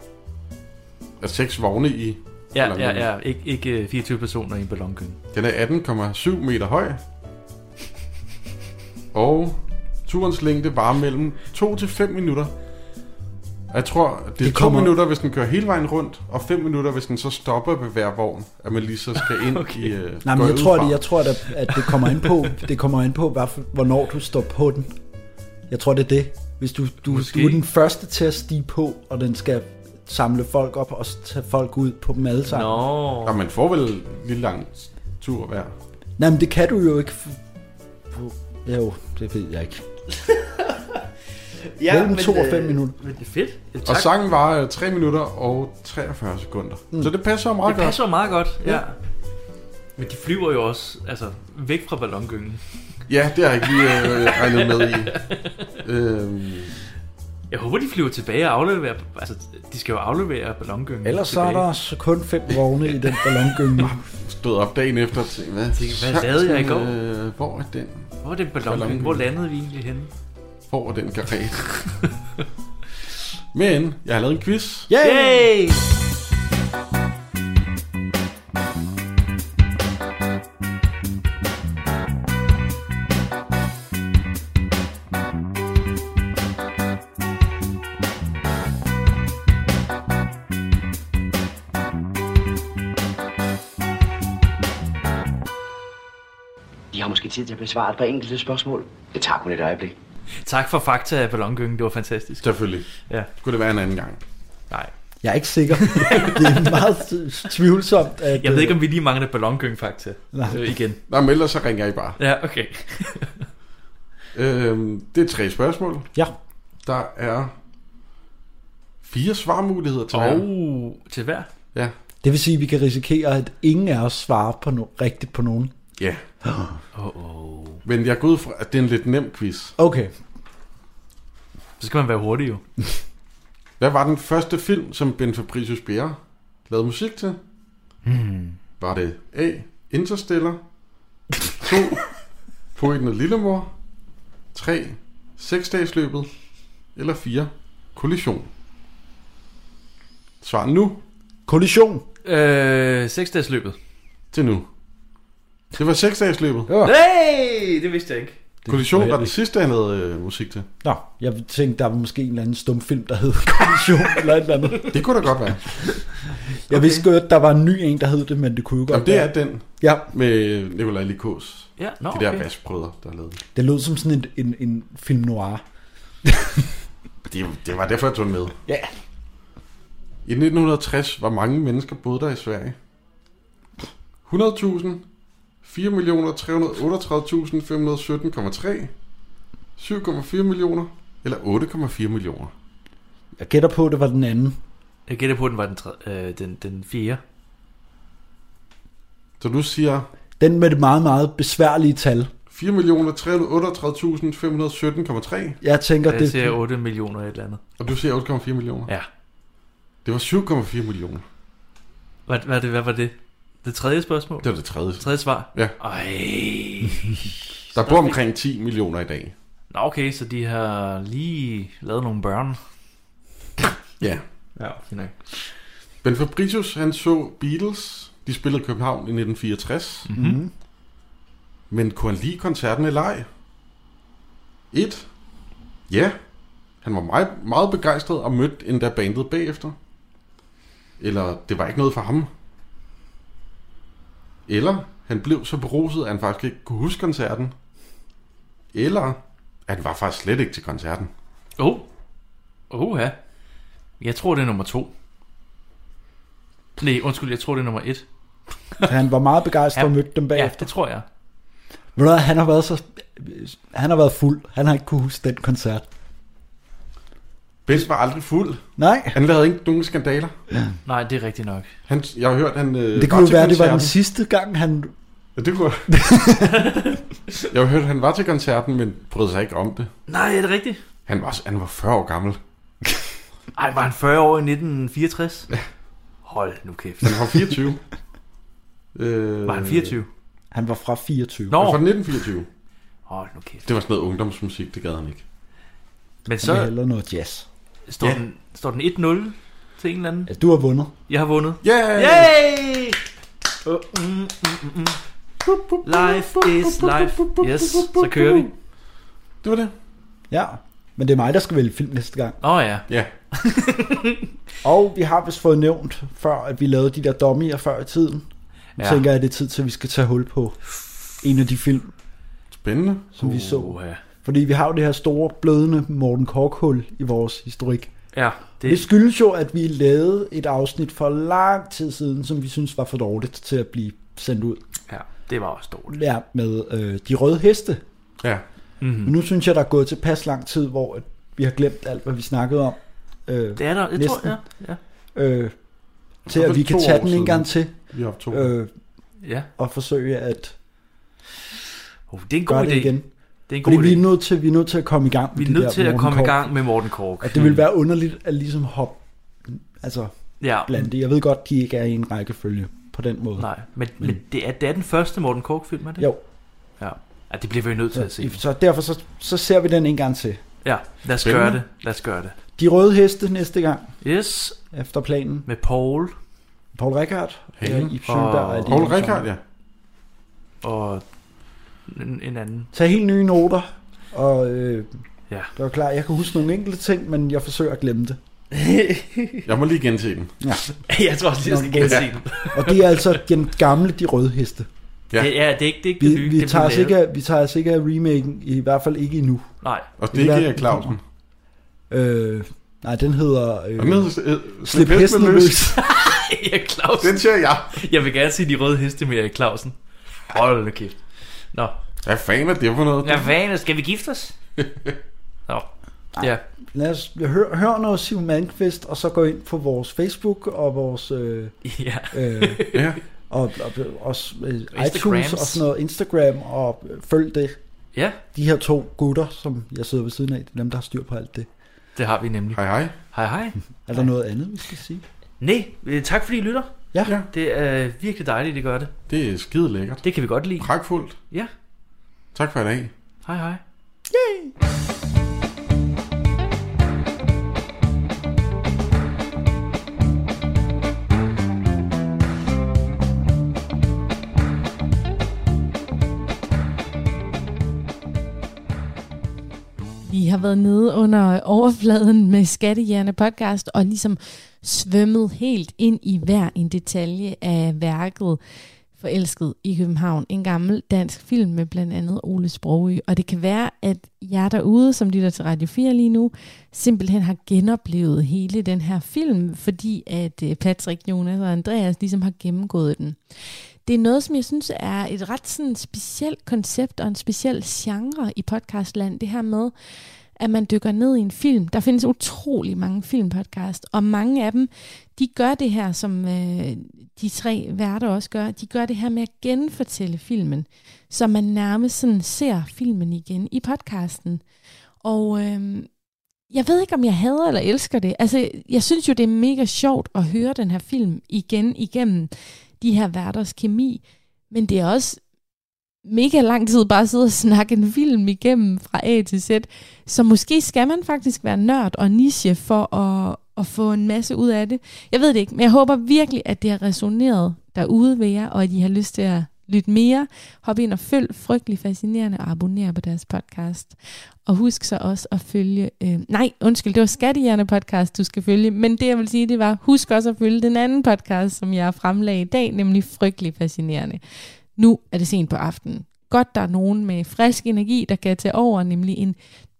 [SPEAKER 4] Og 6 vogne i
[SPEAKER 2] Ja, ja,
[SPEAKER 4] ballongyngen.
[SPEAKER 2] ja. Ikke, ikke øh, 24 personer i en ballongyng.
[SPEAKER 4] Den er 18,7 meter høj. Og turens længde var mellem 2 til 5 minutter. Og Jeg tror, det er
[SPEAKER 3] Det kommer-
[SPEAKER 4] 2 kommer... minutter, hvis den kører hele vejen rundt, og 5 minutter, hvis den så stopper ved hver vogn, at man lige så skal ind okay. i... Uh,
[SPEAKER 3] Nej, men jeg tror, det, jeg tror at, at det kommer an på, det kommer an på hvad, for- hvornår du står på den. Jeg tror, det er det. Hvis du, du,
[SPEAKER 2] Måske.
[SPEAKER 3] du er den første til at stige på, og den skal samle folk op og s- tage folk ud på dem alle sammen.
[SPEAKER 2] Nå.
[SPEAKER 4] Ja, man får vel en lille lang tur hver.
[SPEAKER 3] Nej, men det kan du jo ikke. f- på- Ja, jo, det ved jeg ikke. Ja, Mellem men, to og øh, fem minutter.
[SPEAKER 2] Men det er fedt. Ja,
[SPEAKER 4] Og
[SPEAKER 2] tak.
[SPEAKER 4] sangen var øh, 3 minutter og 43 sekunder. Mm. Så det passer jo meget
[SPEAKER 2] det
[SPEAKER 4] godt.
[SPEAKER 2] passer jo meget godt, ja. Men de flyver jo også altså, væk fra ballongyngen.
[SPEAKER 4] Ja, det har jeg ikke lige øh, regnet med i. Øhm,
[SPEAKER 2] Jeg håber, de flyver tilbage og afleverer... Altså, de skal jo aflevere ballongyngen
[SPEAKER 3] Ellers så er
[SPEAKER 2] tilbage.
[SPEAKER 3] der så kun fem vogne i den ballongynge.
[SPEAKER 4] stod op dagen efter og tænkte, hvad,
[SPEAKER 2] tænkte, hvad lavede jeg i går?
[SPEAKER 4] Øh, hvor er den?
[SPEAKER 2] Hvor er den ballongyngen?
[SPEAKER 4] Ballongyngen.
[SPEAKER 2] Hvor landede vi egentlig henne?
[SPEAKER 4] Hvor er den karet? Men jeg har lavet en quiz.
[SPEAKER 3] Yay!
[SPEAKER 2] Yay!
[SPEAKER 5] De har måske tid til at besvare et par enkelte spørgsmål. Det tager kun et øjeblik.
[SPEAKER 2] Tak for fakta af ballongyngen, det var fantastisk.
[SPEAKER 4] Selvfølgelig.
[SPEAKER 2] Ja.
[SPEAKER 4] Skulle det være en anden gang?
[SPEAKER 2] Nej.
[SPEAKER 3] Jeg er ikke sikker. det er meget tvivlsomt. At,
[SPEAKER 2] Jeg ved ikke, om vi lige mangler ballongyngen fakta
[SPEAKER 3] Nej.
[SPEAKER 2] øh, igen.
[SPEAKER 4] Nå, men ellers så ringer I bare.
[SPEAKER 2] Ja, okay.
[SPEAKER 4] Øhm, det er tre spørgsmål.
[SPEAKER 3] øh, Ja.
[SPEAKER 4] Der er fire svarmuligheder til hver.
[SPEAKER 2] Og til hver.
[SPEAKER 4] Ja.
[SPEAKER 3] Det vil sige, at vi kan risikere, at ingen af os svarer på no- rigtigt på nogen.
[SPEAKER 4] Ja.
[SPEAKER 2] Oh, oh.
[SPEAKER 4] Men jeg går ud fra, at det er en lidt nem quiz.
[SPEAKER 3] Okay.
[SPEAKER 2] Så skal man være hurtig jo.
[SPEAKER 4] Hvad var den første film, som Ben Fabricius Bjerre lavede musik til?
[SPEAKER 2] Hmm.
[SPEAKER 4] Var det A. Interstellar 2. Poeten og Lillemor 3. Seksdagsløbet eller 4. Kollision Svar nu
[SPEAKER 3] Kollision.
[SPEAKER 2] Øh, seksdagsløbet.
[SPEAKER 4] til nu Det var seksdagsløbet
[SPEAKER 3] Ja.
[SPEAKER 2] Hey, det vidste jeg ikke.
[SPEAKER 4] Kollision var den
[SPEAKER 3] uheldigt.
[SPEAKER 4] sidste han lavede øh, musik til
[SPEAKER 3] Nå, jeg tænkte, der var måske en eller anden stumfilm, der hed Kollision eller et eller andet. Jeg
[SPEAKER 4] Det kunne da godt være
[SPEAKER 3] okay. vidste godt, at der var en ny en, der hed det, men det kunne jo godt
[SPEAKER 4] Jamen, det er
[SPEAKER 3] være.
[SPEAKER 4] den
[SPEAKER 3] Ja,
[SPEAKER 4] med Nikolaj Likos
[SPEAKER 2] Ja, nå,
[SPEAKER 4] De der
[SPEAKER 2] okay.
[SPEAKER 4] vasbrødre der lavede den.
[SPEAKER 3] det lød som sådan en, en, en film noir.
[SPEAKER 4] det, det var derfor jeg tog den med
[SPEAKER 3] Ja.
[SPEAKER 4] I 1960 var mange mennesker boede der i Sverige. 100.000, 4.338.517,3, 7,4 millioner eller 8,4 millioner.
[SPEAKER 3] Jeg gætter på, at det var den anden.
[SPEAKER 2] Jeg gætter på, at den var den, tre, øh, den, den fjerde.
[SPEAKER 4] Så du siger
[SPEAKER 3] Den med det meget, meget besværlige tal.
[SPEAKER 4] 4.338.517,3,
[SPEAKER 3] Jeg tænker,
[SPEAKER 2] Jeg
[SPEAKER 3] det,
[SPEAKER 2] ser 8 millioner et eller andet.
[SPEAKER 4] og du siger 8,4 millioner.
[SPEAKER 2] Ja.
[SPEAKER 4] Det var 7,4 millioner.
[SPEAKER 2] Hvad, hvad, er det, hvad var det? Det tredje spørgsmål?
[SPEAKER 4] Det var det tredje.
[SPEAKER 2] Tredje svar?
[SPEAKER 4] Ja.
[SPEAKER 2] Ej.
[SPEAKER 4] Der bor omkring 10 millioner i dag.
[SPEAKER 2] Nå, okay, så de har lige lavet nogle børn.
[SPEAKER 4] Ja.
[SPEAKER 2] Ja, fint nok.
[SPEAKER 4] Ben Fabricius, han så Beatles. De spillede i København i 1964.
[SPEAKER 3] Mhm.
[SPEAKER 4] Men kunne han lide koncerten eller ej? 1. Ja. Han var meget, meget begejstret og mødte endda bandet bagefter. Eller det var ikke noget for ham. Eller han blev så beruset, at han faktisk ikke kunne huske koncerten. Eller han var faktisk slet ikke til koncerten.
[SPEAKER 2] Oh. Oha. Jeg tror, det er nummer to. Nej, undskyld, jeg tror det er nummer et.
[SPEAKER 3] Han var meget begejstret og mødte dem bagefter.
[SPEAKER 2] Ja, det tror jeg.
[SPEAKER 3] Ved du hvad, han har været så... Han har været fuld. Han har ikke kunne huske den koncert.
[SPEAKER 4] Best var aldrig fuld.
[SPEAKER 3] Nej.
[SPEAKER 4] Han lavede ikke nogen skandaler.
[SPEAKER 2] Nej, det er rigtigt nok.
[SPEAKER 4] Han, jeg har hørt, han... Øh,
[SPEAKER 3] Det
[SPEAKER 4] var
[SPEAKER 3] kunne jo
[SPEAKER 4] til
[SPEAKER 3] være, det var den
[SPEAKER 4] koncerten.
[SPEAKER 3] sidste gang, han...
[SPEAKER 4] Ja, det kunne Jeg har hørt, han var til koncerten, men brød sig ikke om det.
[SPEAKER 2] Nej, er det rigtigt?
[SPEAKER 4] Han var, han var 40 år gammel.
[SPEAKER 2] Ej, var han 40 år i 1964? Ja. Hold nu kæft.
[SPEAKER 4] Han var 24. øh,
[SPEAKER 2] Var han 24?
[SPEAKER 3] Han var fra 24.
[SPEAKER 2] Nå.
[SPEAKER 4] Han var fra 1924.
[SPEAKER 2] Hold nu kæft.
[SPEAKER 4] Det var sådan noget ungdomsmusik, det gad han ikke.
[SPEAKER 2] Men
[SPEAKER 3] Så...
[SPEAKER 2] så
[SPEAKER 3] Eller noget jazz.
[SPEAKER 2] står,
[SPEAKER 4] Ja.
[SPEAKER 2] den, står den 1-0 til en eller anden.
[SPEAKER 3] Ja, Altså, du har vundet.
[SPEAKER 2] Jeg har vundet.
[SPEAKER 4] Yeah!
[SPEAKER 2] Yay! Uh, mm, mm, mm, mm. Life is life. Yes, så kører vi.
[SPEAKER 4] Det var det.
[SPEAKER 3] Ja. Men det er mig, der skal vælge film næste gang.
[SPEAKER 2] Åh oh, ja.
[SPEAKER 4] Ja.
[SPEAKER 3] Og vi har vist fået nævnt før, at vi lavede de der dummier før i tiden. Ja.
[SPEAKER 2] Ja.
[SPEAKER 3] tænker jeg, at det er tid til, at vi skal tage hul på en af de film,
[SPEAKER 4] Spændende.
[SPEAKER 3] som
[SPEAKER 2] Uh.
[SPEAKER 3] vi så.
[SPEAKER 2] Uha.
[SPEAKER 3] Fordi vi har jo det her store, blødende Morten Korkhul i vores historik.
[SPEAKER 2] Ja, det,
[SPEAKER 3] Det skyldes jo, at vi lavede et afsnit for lang tid siden, som vi synes var for dårligt til at blive sendt ud.
[SPEAKER 2] ja, det var også dårligt.
[SPEAKER 3] Ja, med øh, De Røde Heste.
[SPEAKER 4] Ja.
[SPEAKER 3] Mm. Men nu synes jeg, der er gået tilpas lang tid, hvor at vi har glemt alt, hvad vi snakkede om. Øh,
[SPEAKER 2] Det er der, jeg
[SPEAKER 3] Næsten.
[SPEAKER 2] tror, ja. Ja.
[SPEAKER 3] øh, til
[SPEAKER 4] Det er
[SPEAKER 3] at vi
[SPEAKER 4] for
[SPEAKER 3] kan
[SPEAKER 4] to
[SPEAKER 3] tage
[SPEAKER 4] år
[SPEAKER 3] den en
[SPEAKER 4] siden.
[SPEAKER 3] gang til
[SPEAKER 4] Vi har haft to. Øh.
[SPEAKER 3] øh,
[SPEAKER 2] ja.
[SPEAKER 3] og forsøge at
[SPEAKER 2] Oh, det er en god
[SPEAKER 3] gøre
[SPEAKER 2] idé.
[SPEAKER 3] det igen.
[SPEAKER 2] Det er en god
[SPEAKER 3] Fordi vi
[SPEAKER 2] idé.
[SPEAKER 3] er, nødt til, vi er nødt til at komme i gang. med
[SPEAKER 2] Vi er
[SPEAKER 3] det der
[SPEAKER 2] nødt til at
[SPEAKER 3] Morten
[SPEAKER 2] komme i
[SPEAKER 3] Korch.
[SPEAKER 2] gang med Morten Kork.
[SPEAKER 3] Og det vil være underligt at ligesom hoppe altså,
[SPEAKER 2] Ja,
[SPEAKER 3] blandt det. Jeg ved godt, de ikke er i en rækkefølge på den måde.
[SPEAKER 2] nej. Men, men det, er, det er den første Morten Kork-film, er det?
[SPEAKER 3] Jo,
[SPEAKER 2] Ja. ja, det bliver vi jo nødt til at se.
[SPEAKER 3] så derfor så, så ser vi den en gang til.
[SPEAKER 2] Ja, lad os
[SPEAKER 4] Spændende.
[SPEAKER 2] gøre det. Lad os gøre det.
[SPEAKER 3] De røde heste næste gang,
[SPEAKER 2] Yes,
[SPEAKER 3] efter planen.
[SPEAKER 2] med Paul
[SPEAKER 3] Paul Rickard,
[SPEAKER 4] Hey.
[SPEAKER 3] hey. Ip Schønberg og Alene
[SPEAKER 4] Paul
[SPEAKER 3] om
[SPEAKER 4] Rikard,
[SPEAKER 3] sommeren.
[SPEAKER 4] ja.
[SPEAKER 2] og en, en anden.
[SPEAKER 3] Tag helt nye noter, og øh,
[SPEAKER 2] Ja.
[SPEAKER 3] det var klart, jeg kan huske nogle enkelte ting, men jeg forsøger at glemme det.
[SPEAKER 4] Jeg må lige gense den.
[SPEAKER 2] jeg tror også lige, jeg skal gense den.
[SPEAKER 3] Og det er altså den gamle De Røde Heste.
[SPEAKER 4] Ja.
[SPEAKER 2] Ja, det, ja, det er ikke det, er ikke det
[SPEAKER 3] Vi,
[SPEAKER 2] nye.
[SPEAKER 3] vi,
[SPEAKER 2] det
[SPEAKER 3] tager os
[SPEAKER 2] blev
[SPEAKER 3] ikke
[SPEAKER 2] lavet.
[SPEAKER 3] af, vi tager os ikke af remaken, i hvert fald ikke endnu.
[SPEAKER 2] Nej,
[SPEAKER 4] Og det er
[SPEAKER 3] Det er-
[SPEAKER 4] ikke Clausen.
[SPEAKER 3] Øh, nej, den hedder... Øh,
[SPEAKER 4] Og ned, øh,
[SPEAKER 3] Slip hesten løs.
[SPEAKER 2] Erik Clausen.
[SPEAKER 4] Den siger jeg.
[SPEAKER 2] Jeg vil gerne sige de røde heste med Erik Clausen. Hold nu kæft. Nå.
[SPEAKER 4] Hvad fanden er det for noget?
[SPEAKER 2] Ja, hvad Skal vi gifte os? Nå. Ja.
[SPEAKER 3] Lad os høre, høre noget Simon Malmqvist, og så gå ind på vores Facebook og vores... Øh,
[SPEAKER 2] ja.
[SPEAKER 3] øh,
[SPEAKER 4] Ja.
[SPEAKER 3] og, og, og også øh, iTunes
[SPEAKER 2] Instagrams.
[SPEAKER 3] og sådan noget, Instagram, og øh, følg det.
[SPEAKER 2] Ja,
[SPEAKER 3] De her to gutter, som jeg sidder ved siden af, det er dem, der har styr på alt det.
[SPEAKER 2] det har vi nemlig.
[SPEAKER 4] Hej hej.
[SPEAKER 2] Hej hej.
[SPEAKER 3] Er der noget andet, vi skal sige?
[SPEAKER 2] Nej, øh, tak fordi I lytter.
[SPEAKER 3] Ja,
[SPEAKER 4] Ja.
[SPEAKER 3] ja.
[SPEAKER 2] Det er virkelig dejligt, at I gør det.
[SPEAKER 4] Det er skide lækkert.
[SPEAKER 2] Det kan vi godt lide.
[SPEAKER 4] Pragtfuldt.
[SPEAKER 2] Ja.
[SPEAKER 4] Tak for i dag.
[SPEAKER 2] Hej hej.
[SPEAKER 1] Vi har været nede under overfladen med Skattejerne podcast og ligesom svømmet helt ind i hver en detalje af værket Forelsket i København. En gammel dansk film med blandt andet Ole Sprogø. Og det kan være, at jer derude, som lytter til Radio 4 lige nu, simpelthen har genoplevet hele den her film, fordi at øh, Patrick, Jonas og Andreas ligesom har gennemgået den. Det er noget, som jeg synes er et ret sådan specielt koncept og en speciel genre i podcastland. Det her med, at man dykker ned i en film. Der findes utrolig mange filmpodcast, og mange af dem, de gør det her, som øh, de tre værter også gør. De gør det her med at genfortælle filmen, så man nærmest sådan ser filmen igen i podcasten. Og øh, jeg ved ikke, om jeg hader eller elsker det. Altså, jeg synes jo, det er mega sjovt at høre den her film igen igennem de her værters kemi. Men det er også mega lang tid bare at sidde og snakke en film igennem fra A til Z. Så måske skal man faktisk være nørd og niche for at, at få en masse ud af det. Jeg ved det ikke, men jeg håber virkelig, at det har resoneret derude ved jer, og at I har lyst til at lytte mere. Hop ind og følg Frygtelig Fascinerende og abonner på deres podcast. Og husk så også at følge... Øh, nej, undskyld, det var Skattejerne podcast, du skal følge. Men det, jeg vil sige, det var, husk også at følge den anden podcast, som jeg fremlagde i dag, nemlig Frygtelig Fascinerende. Nu er det sent på aftenen. Godt, der er nogen med frisk energi, der kan tage over, nemlig en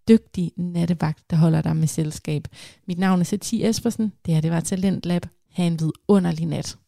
[SPEAKER 1] dygtig nattevagt, der holder dig med selskab. Mit navn er Satie Espersen. Det her, det var Talentlab. Ha' en vidunderlig nat.